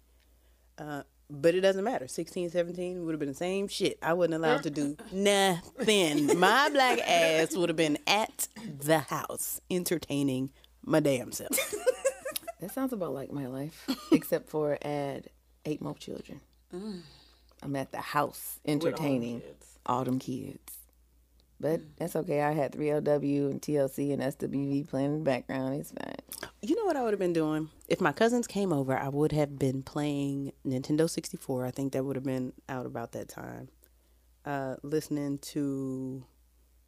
D: Uh, But it doesn't matter. 16, 17 would have been the same shit. I wasn't allowed to do nothing. My black ass would have been at the house entertaining my damn self.
A: That sounds about like my life, except for add eight more children. Mm. I'm at the house entertaining all them kids. But that's okay. I had 3LW and TLC and SWV playing in the background. It's fine.
D: You know what I would have been doing? If my cousins came over, I would have been playing Nintendo 64. I think that would have been out about that time. Uh, listening to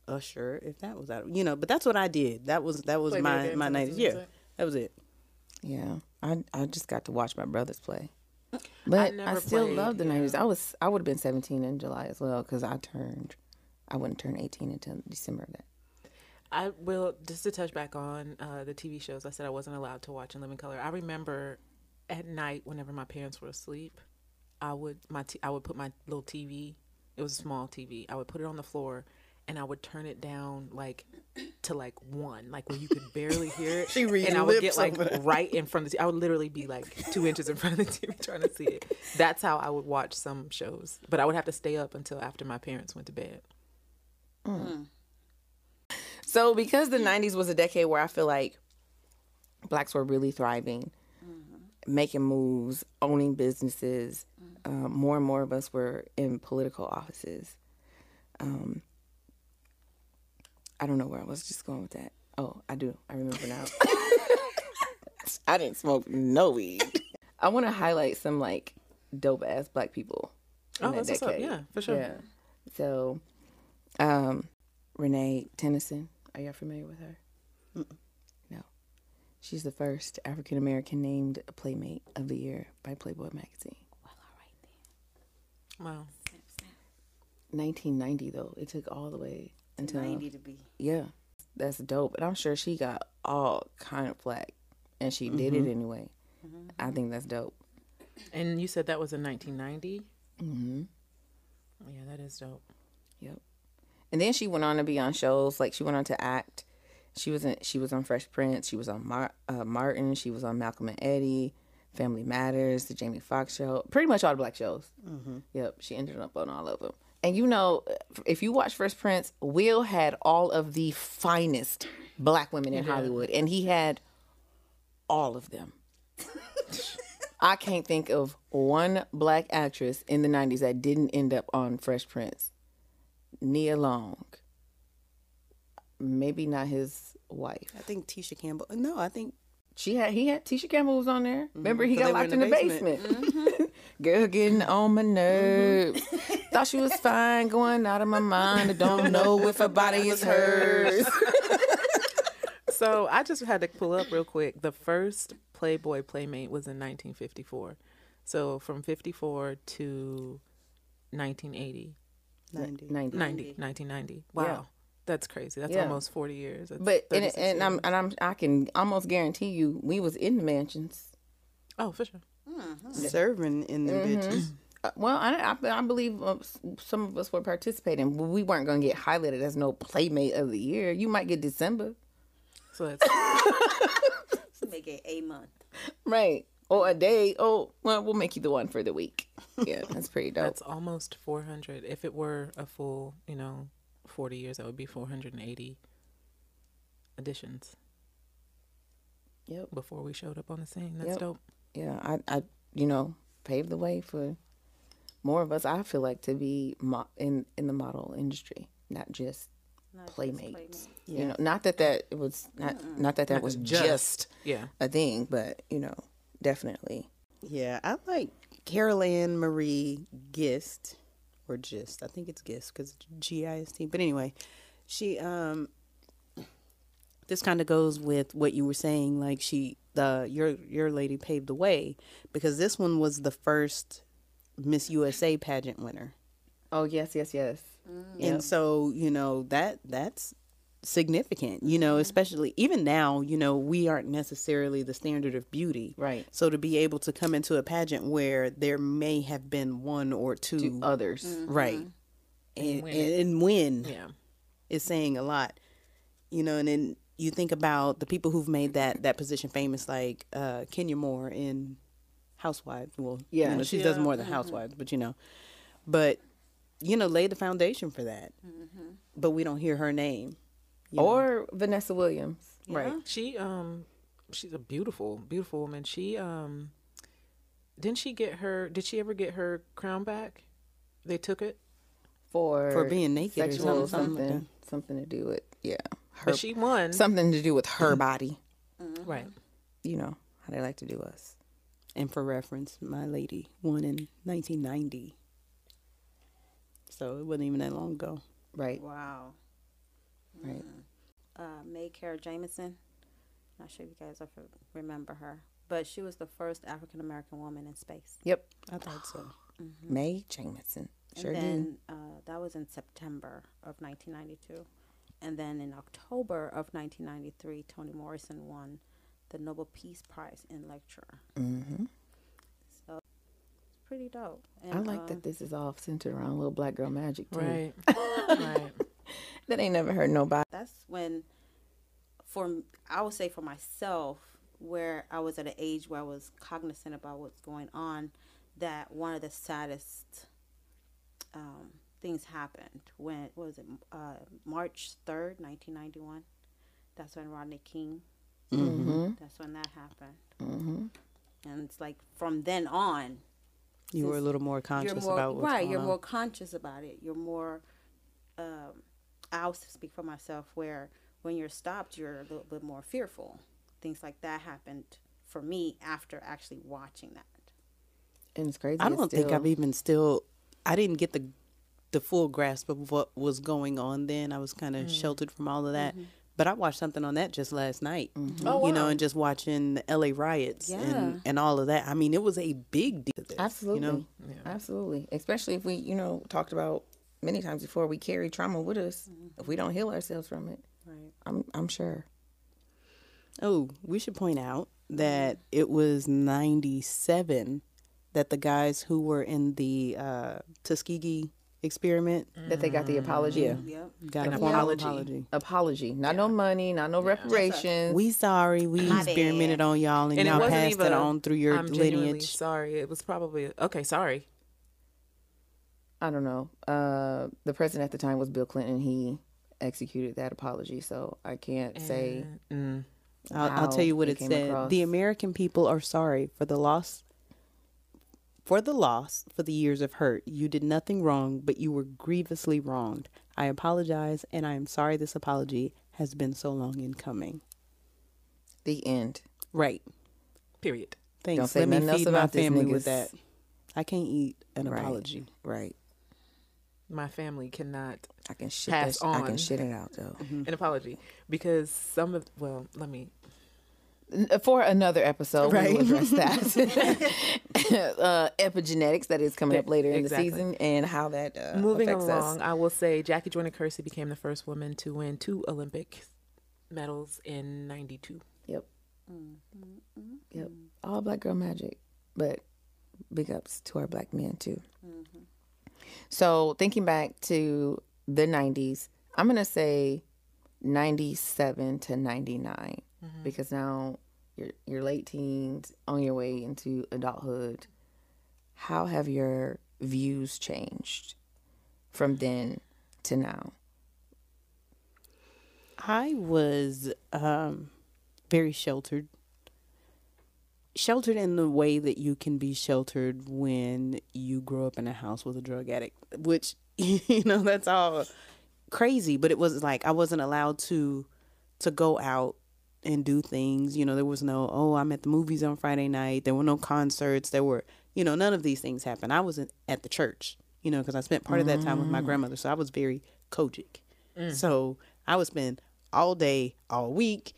D: Usher, if that was out, you know. But that's what I did. That was that was my my night. Yeah, that was it.
A: Yeah, I I just got to watch my brothers play, but I,
C: never
A: still
C: played,
A: love the nineties. I was I would have been seventeen in July as well because I turned, I wouldn't turn eighteen until December of that.
C: I will just to touch back on uh, the TV shows. I said I wasn't allowed to watch in Living Color. I remember at night whenever my parents were asleep, I would my t- I would put my little TV. It was a small TV. I would put it on the floor, and I would turn it down like to like one, like where you could barely hear it. and I would get like right in front of the. T- I would literally be like two inches in front of the TV trying to see it. That's how I would watch some shows, but I would have to stay up until after my parents went to bed.
A: So because the '90s was a decade where I feel like blacks were really thriving,
C: Mm-hmm.
A: making moves, owning businesses, uh, more and more of us were in political offices. Um, I don't know where I was just going with that. Oh, I do. I remember now. I didn't smoke no weed. I want to highlight some like dope ass black people in
C: Oh,
A: that
C: that's what's up.
A: decade.
C: Yeah, for sure.
A: Yeah. So, um, Renee Tennyson. Are y'all familiar with her? No. She's the first African American named Playmate of the Year by Playboy magazine.
C: Wow.
A: 1990 though. It took all the way until
B: Ninety to be.
A: yeah. That's dope, and I'm sure she got all kind of flack, and she did it anyway. I think that's dope.
C: And you said that was in 1990. Mm-hmm. Yeah, that is dope.
A: Yep. And then she went on to be on shows like she went on to act. She was in, she was on Fresh Prince. She was on Mar- uh, Martin. She was on Malcolm and Eddie, Family Matters, the Jamie Foxx show. Pretty much all the black shows. Yep. She ended up on all of them. And you know, uh, if you watch Fresh Prince, Will had all of the finest black women in Hollywood, and he had all of them. I can't think of one black actress in the '90s that didn't end up on Fresh Prince. Nia Long. Maybe not his wife.
D: I think Tisha Campbell. No, I think
A: She had he had Tisha Campbell was on there. Remember he
D: they
A: got
D: were
A: locked in
D: in
A: the
D: the
A: basement. Girl getting on my nerves. Thought she was fine, going out of my mind. I don't know if her body is hers.
C: So I just had to pull up real quick. The first Playboy Playmate was in 1954. So from 54 to 1980,
D: 90.
A: 90.
C: 90, 1990. Wow. That's crazy. That's
A: Yeah.
C: almost 40 years. That's
A: But and,
C: 36
A: and I'm
C: years.
A: and I'm I can almost guarantee you we was in the mansions.
C: Oh, for sure.
D: serving in them bitches.
A: Uh, well, I, I, I believe uh, s- some of us were participating. We weren't going to get highlighted as no playmate of the year. You might get December.
C: So that's
B: Make it a month.
A: Right. Or a day. Oh, well, we'll make you the one for the week. Yeah, that's pretty dope.
C: that's almost 400. If it were a full, you know, 40 years, that would be 480 editions
A: yep.
C: before we showed up on the scene. That's
A: Yep.
C: dope.
A: Yeah, I, I, you know, paved the way for more of us. I feel like to be mo- in in the model industry, not just playmates. You know, not that that it was not not that that was just
C: Yeah.
A: a thing, but you know, definitely.
D: Yeah, I like Carol Ann Marie Gist or Gist. I think it's Gist because G I S T. But anyway, she um. This kind of goes with what you were saying, like she the your your lady paved the way because this one was the first Miss USA pageant winner,
A: Oh yes, yes, yes.
D: and so you know that that's significant. You know, especially even now, you know we aren't necessarily the standard of beauty,
A: Right.
D: so to be able to come into a pageant where there may have been one or two,
A: To others,
D: right, mm-hmm. and, and, and win
C: Yeah.
D: is saying a lot, you know. And then you think about the people who've made that that position famous, like uh, Kenya Moore in housewives. Well,
A: Yeah.
D: yeah, Mm-hmm. you know, she does more than housewives, but you know, but you know, laid the foundation for that. But we don't hear her name. you know.
A: or Vanessa Williams.
D: right?
C: She um she's a beautiful, beautiful woman. She um didn't she get her did she ever get her crown back? They took it.
A: For
D: For being naked or
A: sexual
D: something, something like
A: something, something to do with yeah, her
C: But she won.
A: something to do with
D: Mm-hmm.
A: her body.
C: Right.
A: You know how they like to do us.
D: And for reference, my lady won in 1990, so it wasn't even that long ago.
A: Right.
B: Wow.
A: Right.
D: Mm-hmm.
B: uh, May Cara Jameson. Not sure if you guys are f- remember her, but she was the first African American woman in space.
A: Yep.
D: I thought so.
A: May Jamison. Sure
B: and
A: do.
B: then uh, that was in September of 1992, and then in October of 1993, Toni Morrison won the Nobel Peace Prize in literature. Mm-hmm. So it's pretty dope. And,
A: I
D: uh,
A: like
B: um,
A: that this is all centered around little black girl magic too.
C: Right. right.
A: That ain't never hurt nobody.
B: that's when for m- i would say for myself where i was at an age where i was cognizant about what's going on that one of the saddest um, things happened when what was it uh, march 3rd 1991 that's when rodney king that's when that happened and it's like from then on
D: You were a little more conscious
B: you're more,
D: about what's
B: right
D: going
B: you're
D: on.
B: more conscious about it you're more um, i'll speak for myself where when you're stopped you're a little bit more fearful things like that happened for me after actually watching that
A: And it's crazy.
D: I
A: it's
D: don't think
A: still-
D: I've even still. I didn't get the the full grasp of what was going on then. I was kind
B: Mm-hmm.
D: of sheltered from all of that. But I watched something on that just last night.
C: Oh,
D: You know,
C: wow.
D: and just watching the LA riots
B: Mm-hmm. Yeah.
D: and, and all of that. I mean, it was a big deal. this,
A: Absolutely.
D: You know?
A: Absolutely. Especially if we, you know, talked about many times before, we carry trauma with us
D: Mm-hmm.
A: if we don't heal ourselves from it.
B: right
A: I'm I'm sure.
D: Oh, we should point out that it was 97 that the guys who were in the uh, Tuskegee experiment
C: Mm.
A: That they got the apology.
B: yep
D: got
A: An
D: a formal
A: apology.
D: apology.
A: Apology. Not no money, not no reparations.
D: We sorry, we experimented on y'all and,
C: And it
D: y'all
C: wasn't
D: passed
C: even
D: it on through your
C: I'm genuinely
D: lineage.
C: Sorry. It was probably okay, sorry.
A: I don't know. Uh the president at the time was Bill Clinton. He executed that apology, so I can't say
C: Mm.
D: I'll, I'll
A: how
D: tell you what
A: it
D: it
A: came
D: said.
A: across.
D: The American people are sorry for the loss. For the loss, for the years of hurt, you did nothing wrong, but you were grievously wronged. I apologize, and I am sorry this apology has been so long in coming.
A: the end.
D: Right.
C: Period.
D: Thanks.
A: Don't say
D: Let
A: nothing
D: me
A: else
D: feed my
A: about this,
D: family with
A: niggas.
D: that. I can't eat an
A: Right.
D: apology.
A: Right.
C: My family cannot
A: I can shit
C: Pass
A: that, I can
C: on.
A: shit it out though.
C: an apology because some of well, let me
A: uh, for another episode we will address that uh, epigenetics that is coming up later in
C: Exactly.
A: the season and how that uh,
C: Moving
A: affects
C: along,
A: us
C: I will say Jackie Joyner Kersey became the first woman to win two Olympic medals in 92.
A: yep yep all black girl magic but big ups to our black men too so thinking back to the 90s i'm gonna say 97 to 99 because now you're, you're late teens on your way into adulthood how have your views changed from then to now
D: I was um, very sheltered. Sheltered in the way that you can be sheltered when you grow up in a house with a drug addict, which, you know, that's all crazy. But it was like I wasn't allowed to to go out and do things. You know, there was no, oh, I'm at the movies on Friday night. There were no concerts. There were, you know, none of these things happened. I was in, at the church, you know, because I spent part of that time with my grandmother. So I was very kojic. So I would spend all day, all week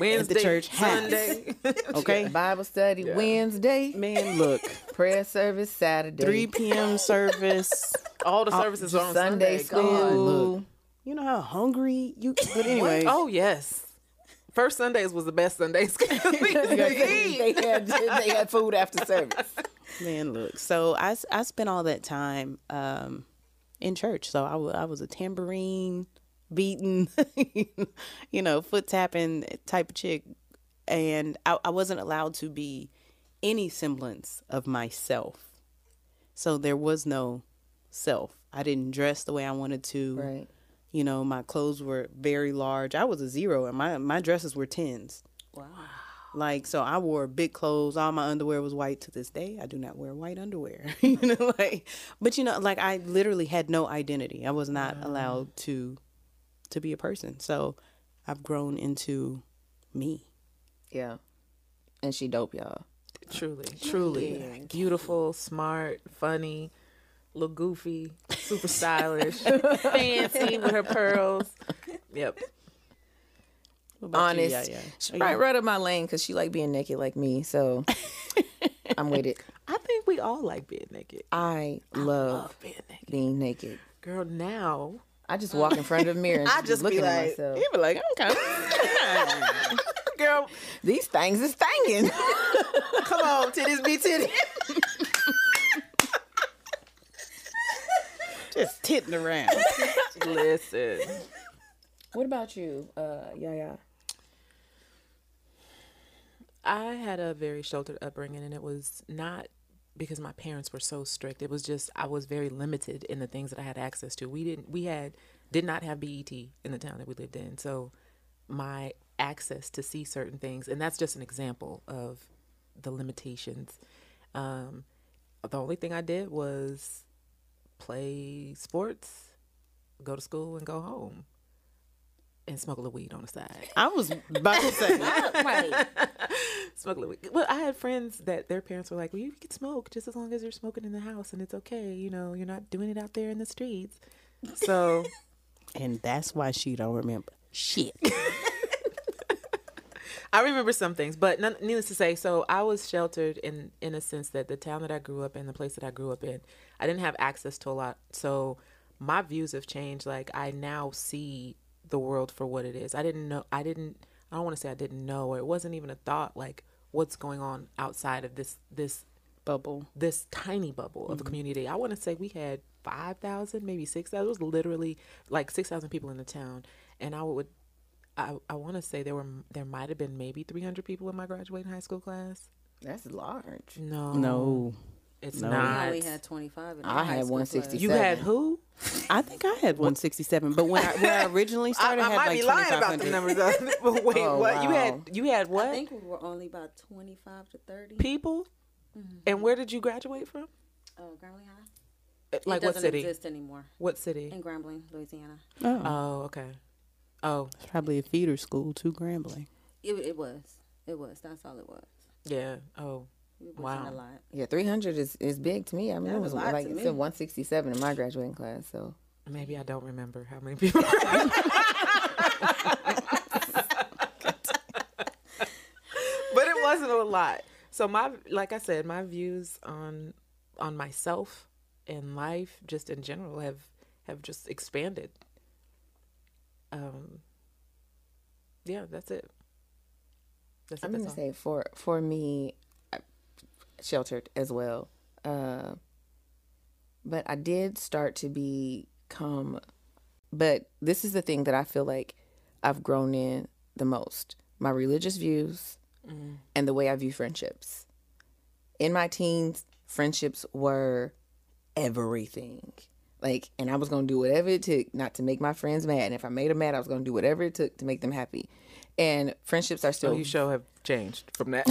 D: at the church. half.
C: Sunday.
D: Okay.
A: bible study wednesday
D: Man, look,
A: prayer service saturday
D: 3 p.m. service.
C: All the services are on
A: Sunday
C: Sunday. God.
A: school.
D: You know how hungry you. But anyway,
C: Oh yes. First Sundays was the best Sundays.
A: they, had, they had food after service.
D: man, look. So I, s- I spent all that time um, in church. So I, w- I was a tambourine beating, you know, foot tapping type of chick, and I, I wasn't allowed to be any semblance of myself. So there was no self. I didn't dress the way I wanted to.
A: Right.
D: You know, my clothes were very large. I was a zero and my, my dresses were tens.
B: Wow.
D: Like so I wore big clothes, all my underwear was white to this day. I do not wear white underwear. you know, like but you know, like I literally had no identity. I was not allowed to to be a person. So I've grown into me.
A: Yeah. And she dope, y'all.
C: Truly, truly beautiful, smart, funny, little goofy, super stylish, fancy with her pearls. Yep.
D: What about you,
A: Honest.
D: Yaya?
A: She right, right up my lane because she like being naked like me. So I'm with it.
C: I think we all like being naked.
A: I love
C: Love being naked.
A: being naked.
C: Girl, now
A: I just walk in front of a mirror and I just looking at myself.
D: You be like, I'm kind of
A: Girl, these things is thangin'.
D: come on, titties be titties. Just titting around.
C: listen.
A: what about you, uh, Yaya?
C: I had a very sheltered upbringing, and it was not because my parents were so strict. It was just I was very limited in the things that I had access to. We didn't, we had, did not have BET in the town that we lived in. So my access to see certain things, and that's just an example of the limitations. Um, the only thing I did was play sports, go to school, and go home, and smoke a little weed on the side.
D: I was about to say,
B: right.
C: smuggling weed. Well, I had friends that their parents were like, "Well, you can smoke just as long as you're smoking in the house, and it's okay. You know, you're not doing it out there in the streets." So
D: and that's why she don't remember shit.
C: I remember some things, but none, needless to say, so I was sheltered in in a sense that the town that I grew up in, the place that I grew up in, I didn't have access to a lot. So my views have changed. Like I now see the world for what it is. I didn't know. I didn't. I don't want to say I didn't know, or it wasn't even a thought. Like what's going on outside of this this
D: Bubble.
C: this tiny bubble of a community. I want to say we had 5,000, maybe 6,000. It was literally like 6,000 people in the town. And I would, I, I want to say there were, there might have been maybe 300 people in my graduating high school class.
A: That's large.
C: No.
D: No,
C: It's
B: I
C: not.
B: know we had 25. In
A: I
B: our high
A: had
B: school
A: 160.
C: you
B: class.
C: had who?
D: I think I had 167, but when I, when I originally started, I, had like 2500.
C: numbers. Though. Wait,
A: Oh,
C: what?
A: wow.
C: You had, you had
B: I
C: what?
B: think we were only about 25 to 30.
C: people?
B: Mm-hmm.
C: And where did you graduate from?
B: Oh, Grambling High?
C: Uh, Like
B: it
C: what
B: doesn't
C: city?
B: exist anymore
C: What city?
B: in Grambling, Louisiana.
D: Oh,
C: Oh, okay. Oh,
D: it's probably a feeder school too, Grambling.
B: It, it was. It was. That's all it was.
C: yeah. Oh,
B: It
C: Wow.
B: wasn't a lot.
A: Yeah, 300 is, is big to me. I mean, it
B: That's
A: was
B: a lot
A: like
B: to
A: it's
B: me.
A: in 167 in my graduating class. So
C: maybe I don't remember how many people. but it wasn't a lot. So my like I said, my views on on myself and life just in general have have just expanded. Um yeah, that's it. That's it.
A: I'm
C: That's
A: gonna
C: all.
A: say for for me, I- sheltered as well. Uh, but I did start to become. But this is the thing that I feel like I've grown in the most: my religious views
C: Mm-hmm.
A: and the way I view friendships. In my teens, friendships were everything. Like, and I was gonna do whatever it took not to make my friends mad. And if I made them mad, I was gonna do whatever it took to make them happy. And friendships are still
C: Oh, you show have changed from that.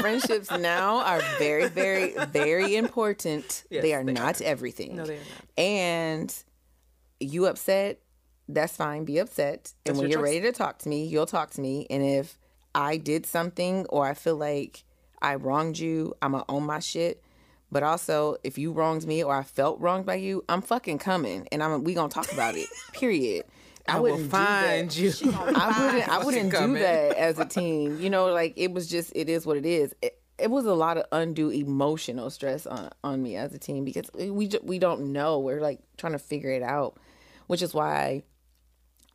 A: friendships now are very, very, very important. they are not everything.
C: No, they are not.
A: And you upset, that's fine. Be upset. and when
C: your
A: you're ready to talk to me, you'll talk to me. And if I did something or I feel like I wronged you, I'm going to own my shit. But also, if you wronged me or I felt wronged by you, I'm fucking coming and I'm we gonna talk about it. Period. I,
C: I will
A: wouldn't do that.
C: find you.
A: I wouldn't. I
C: Fucking
A: wouldn't do
C: coming.
A: that as a teen. You know, like it was just. It is what it is. It, it was a lot of undue emotional stress on on me as a teen because we ju- we don't know. We're like trying to figure it out, which is why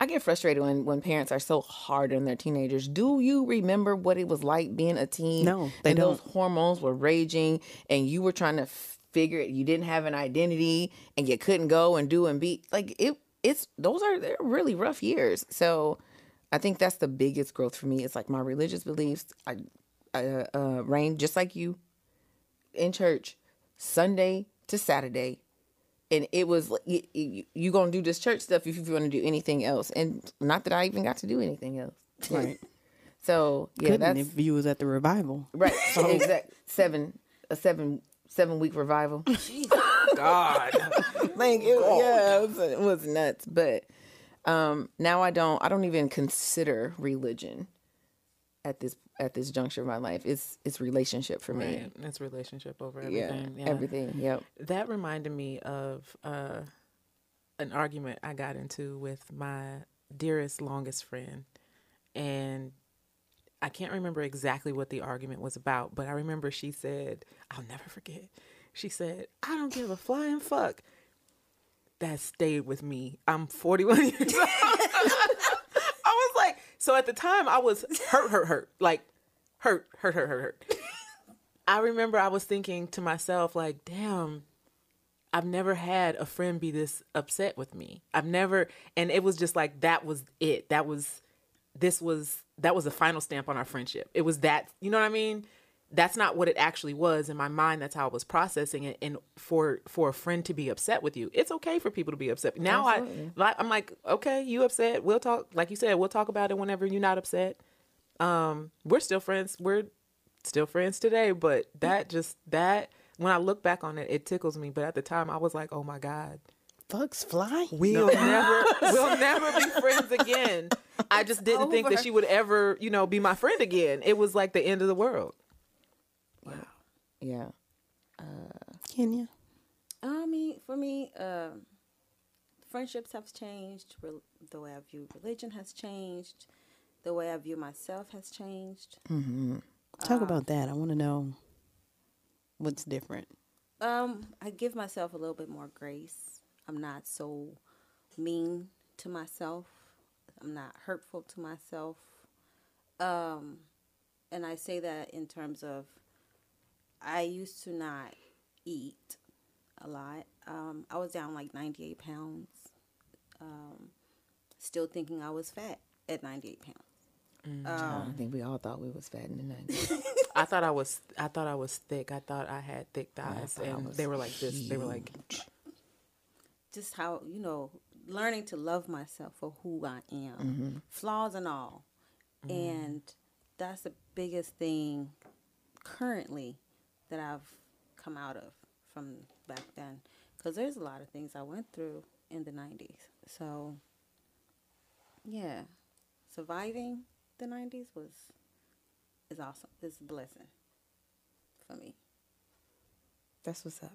A: I get frustrated when when parents are so hard on their teenagers. Do you remember what it was like being a teen?
D: No, they
A: and Those hormones were raging, and you were trying to figure it. You didn't have an identity, and you couldn't go and do and be like it. It's those are they're really rough years. So, I think that's the biggest growth for me. It's like my religious beliefs. I uh, uh, Rain, just like you, in church Sunday to Saturday, and it was like, you, you, you gonna do this church stuff if you want to do anything else, and not that I even got to do anything else.
D: Right.
A: So yeah,
D: Couldn't
A: that's
D: if you was at the revival.
A: right. Exact seven a seven seven week revival. like it, yeah, it was, it was nuts. But um, now I don't. I don't even consider religion at this at this juncture of my life. It's it's relationship for me.
C: Right. That's relationship over
A: Yeah,
C: everything. Yeah,
A: everything. Yep.
C: That reminded me of uh, an argument I got into with my dearest, longest friend, and I can't remember exactly what the argument was about, but I remember she said, "I'll never forget." She said, "I don't give a flying fuck." That stayed with me. I'm 41 years old. I was like, so at the time I was hurt, hurt, hurt, like hurt, hurt, hurt, hurt, hurt. I remember I was thinking to myself, like, damn, I've never had a friend be this upset with me. I've never, and it was just like, that was it. That was, this was, that was the final stamp on our friendship. It was that, you know what I mean? That's not what it actually was in my mind. That's how I was processing it. And for for a friend to be upset with you, it's okay for people to be upset. Now I, like, I'm like, okay, you upset. We'll talk. Like you said, we'll talk about it whenever you're not upset um we're still friends we're still friends today but that just that when i look back on it it tickles me but at the time i was like oh my god
D: Fucks fly.
C: we'll never we'll never be friends again i just didn't
A: Oh
C: think that she would ever you know be my friend again it was like the end of the world
A: Yeah.
D: Kenya.
B: I mean, for me, uh, friendships have changed. Rel the way I view religion has changed. The way I view myself has changed.
D: Talk about that. I want to know what's different.
B: Um, I give myself a little bit more grace. I'm not so mean to myself. I'm not hurtful to myself. Um, and I say that in terms of I used to not eat a lot. Um, I was down like 98 pounds. Um, still thinking I was fat at 98 pounds.
A: I think we all thought we was fat in the nineties.
C: i thought i was i thought i was thick i thought i had thick thighs and they were like this they were like
B: just how you know learning to love myself for who I am,
D: Mm-hmm.
B: flaws and all, and that's the biggest thing currently that I've come out of from back then. Because there's a lot of things I went through in the '90s, so yeah, surviving the '90s was is awesome. It's a blessing for me.
A: That's what's up.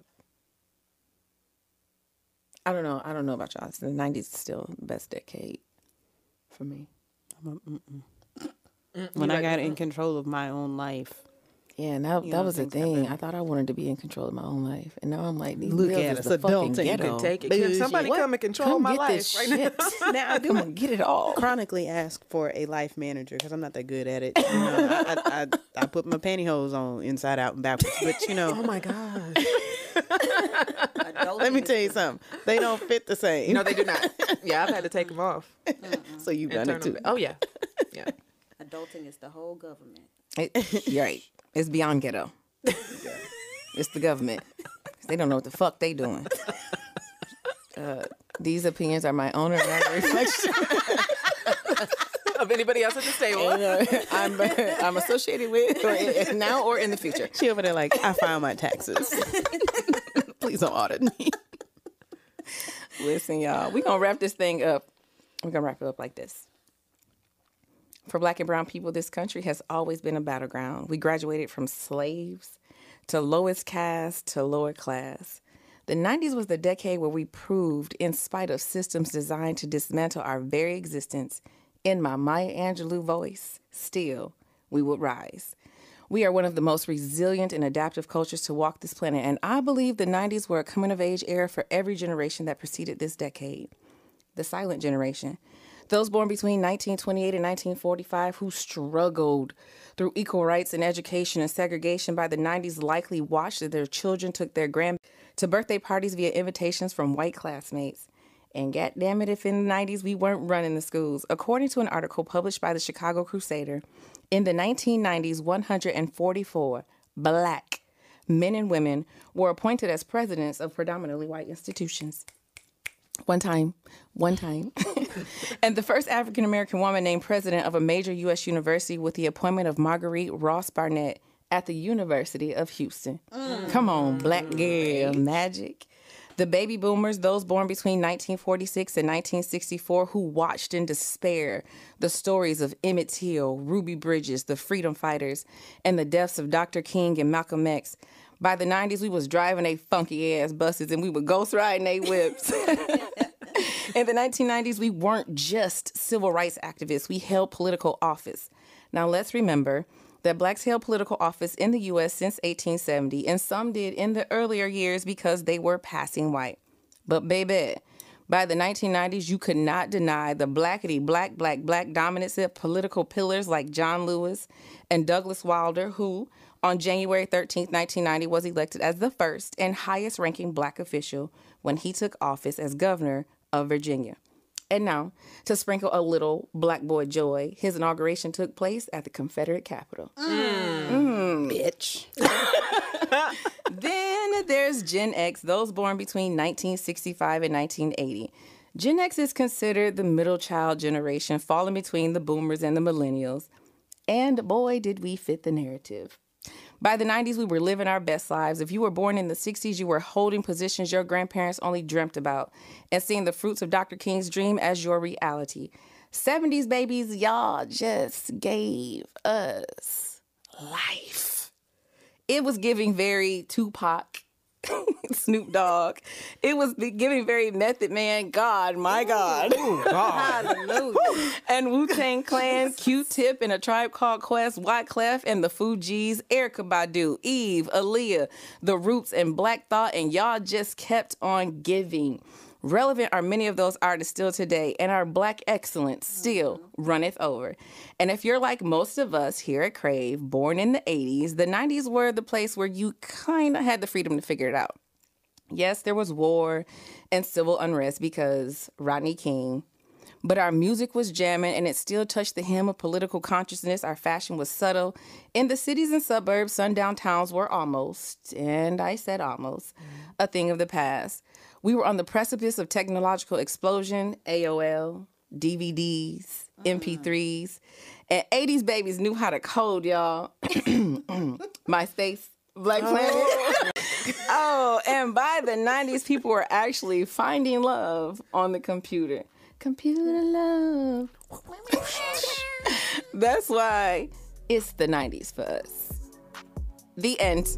A: I don't know. I don't know about y'all. The nineties is still the best decade for me.
D: When I got in control of my own life,
A: Yeah, and that, that was the thing. I thought I wanted to be in control of my own life, and now I'm like, these
D: Look
A: girls
D: at
A: is
D: us,
A: the fucking
D: adulting. You can
A: ghetto.
C: take it Can somebody
A: What?
C: come and control
A: Come
C: my
A: get
C: life
A: this
C: right now.
A: shit. now. Come and get it all.
D: chronically ask for a life manager because I'm not that good at it. You know, I, I, I, I put my pantyhose on inside out and backwards, but you know,
C: oh my god
D: let me tell you something. They don't fit the same.
C: no they do not yeah i've had to take them off
D: so you've
C: and
D: done it
C: turn
D: too.
C: them oh yeah yeah
B: Adulting is the whole government.
A: It, you're right. It's beyond ghetto. It's the government. They don't know what the fuck they doing. Uh, these opinions are my own and not a reflection.
C: of anybody else at this table.
A: I'm, I'm associated with or now or in the future.
D: She over there like, I filed my taxes. Please don't audit me.
A: Listen, y'all, we gonna wrap this thing up. We're gonna wrap it up like this. For black and brown people, this country has always been a battleground. We graduated from slaves to lowest caste to lower class. The 90s was the decade where we proved, in spite of systems designed to dismantle our very existence, in my Maya Angelou voice, still we would rise. We are one of the most resilient and adaptive cultures to walk this planet, and I believe the 90s were a coming of age era for every generation that preceded this decade the silent generation. Those born between 1928 and 1945 who struggled through equal rights in education and segregation by the 90s likely watched as their children took their grand to birthday parties via invitations from white classmates And goddamn it, if in the 90s we weren't running the schools. According to an article published by the Chicago Crusader, in the 1990s, 144 black men and women were appointed as presidents of predominantly white institutions. One time, one time. and the first African American woman named president of a major U.S. university with the appointment of Marguerite Ross Barnett at the University of Houston. Come on, black girl magic. The baby boomers, those born between 1946 and 1964, who watched in despair the stories of Emmett Till, Ruby Bridges, the freedom fighters, and the deaths of Dr. King and Malcolm X. By the 90s, we was driving they funky ass buses and we were ghost riding they whips. In the 1990s, we weren't just civil rights activists, we held political office. Now, let's remember that blacks held political office in the US since 1870, and some did in the earlier years because they were passing white. But, baby, by the 1990s, you could not deny the blackity black, black, black dominance of political pillars like John Lewis and Douglas Wilder, who on January 13, 1990, was elected as the first and highest ranking black official when he took office as governor of Virginia. And now, to sprinkle a little black boy joy, his inauguration took place at the Confederate Capitol. Bitch. then there's Gen X, those born between 1965 and 1980. Gen X is considered the middle child generation, falling between the boomers and the millennials. And boy, did we fit the narrative. By the 90s, we were living our best lives. If you were born in the 60s, you were holding positions your grandparents only dreamt about and seeing the fruits of Dr. King's dream as your reality. 70s babies, y'all just gave us life. It was giving very Tupac, Snoop Dogg. It was giving very Method Man, God, my God. and Wu Tang Clan, Q Tip, and a Tribe Called Quest, Wyclef, and the Fugees, Erica Badu, Eve, Aaliyah, The Roots, and Black Thought, and y'all just kept on giving. Relevant are many of those artists still today, and our black excellence still runneth over. And if you're like most of us here at Crave, born in the 80s, the 90s were the place where you kind of had the freedom to figure it out. Yes, there was war and civil unrest because Rodney King, but our music was jamming and it still touched the hem of political consciousness. Our fashion was subtle. In the cities and suburbs, sundown towns were almost, and I said almost, a thing of the past. We were on the precipice of technological explosion, AOL, DVDs, MP3s, and 80s babies knew how to code, y'all. MySpace, Black Planet. Oh, and by the 90s, people were actually finding love on the computer. Computer love. That's why it's the 90s for us. The end.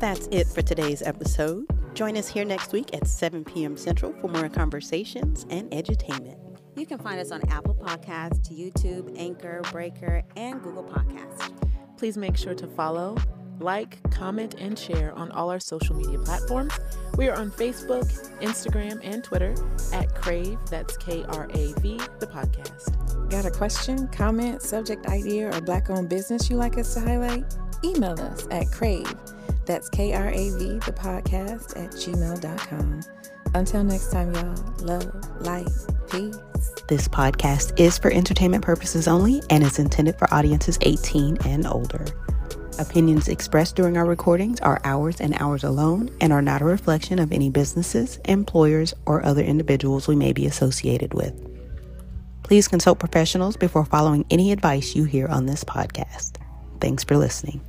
E: That's it for today's episode. Join us here next week at 7 p.m. Central for more conversations and edutainment.
B: You can find us on Apple Podcasts, YouTube, Anchor, Breaker, and Google Podcasts.
C: Please make sure to follow, like, comment, and share on all our social media platforms. We are on Facebook, Instagram, and Twitter at Crave, that's K R A V, the podcast.
A: Got a question, comment, subject idea, or black owned business you like us to highlight? Email us at Crave. That's K R A V, the podcast at gmail.com. Until next time, y'all, love, light, peace.
E: This podcast is for entertainment purposes only and is intended for audiences 18 and older. Opinions expressed during our recordings are ours and ours alone and are not a reflection of any businesses, employers, or other individuals we may be associated with. Please consult professionals before following any advice you hear on this podcast. Thanks for listening.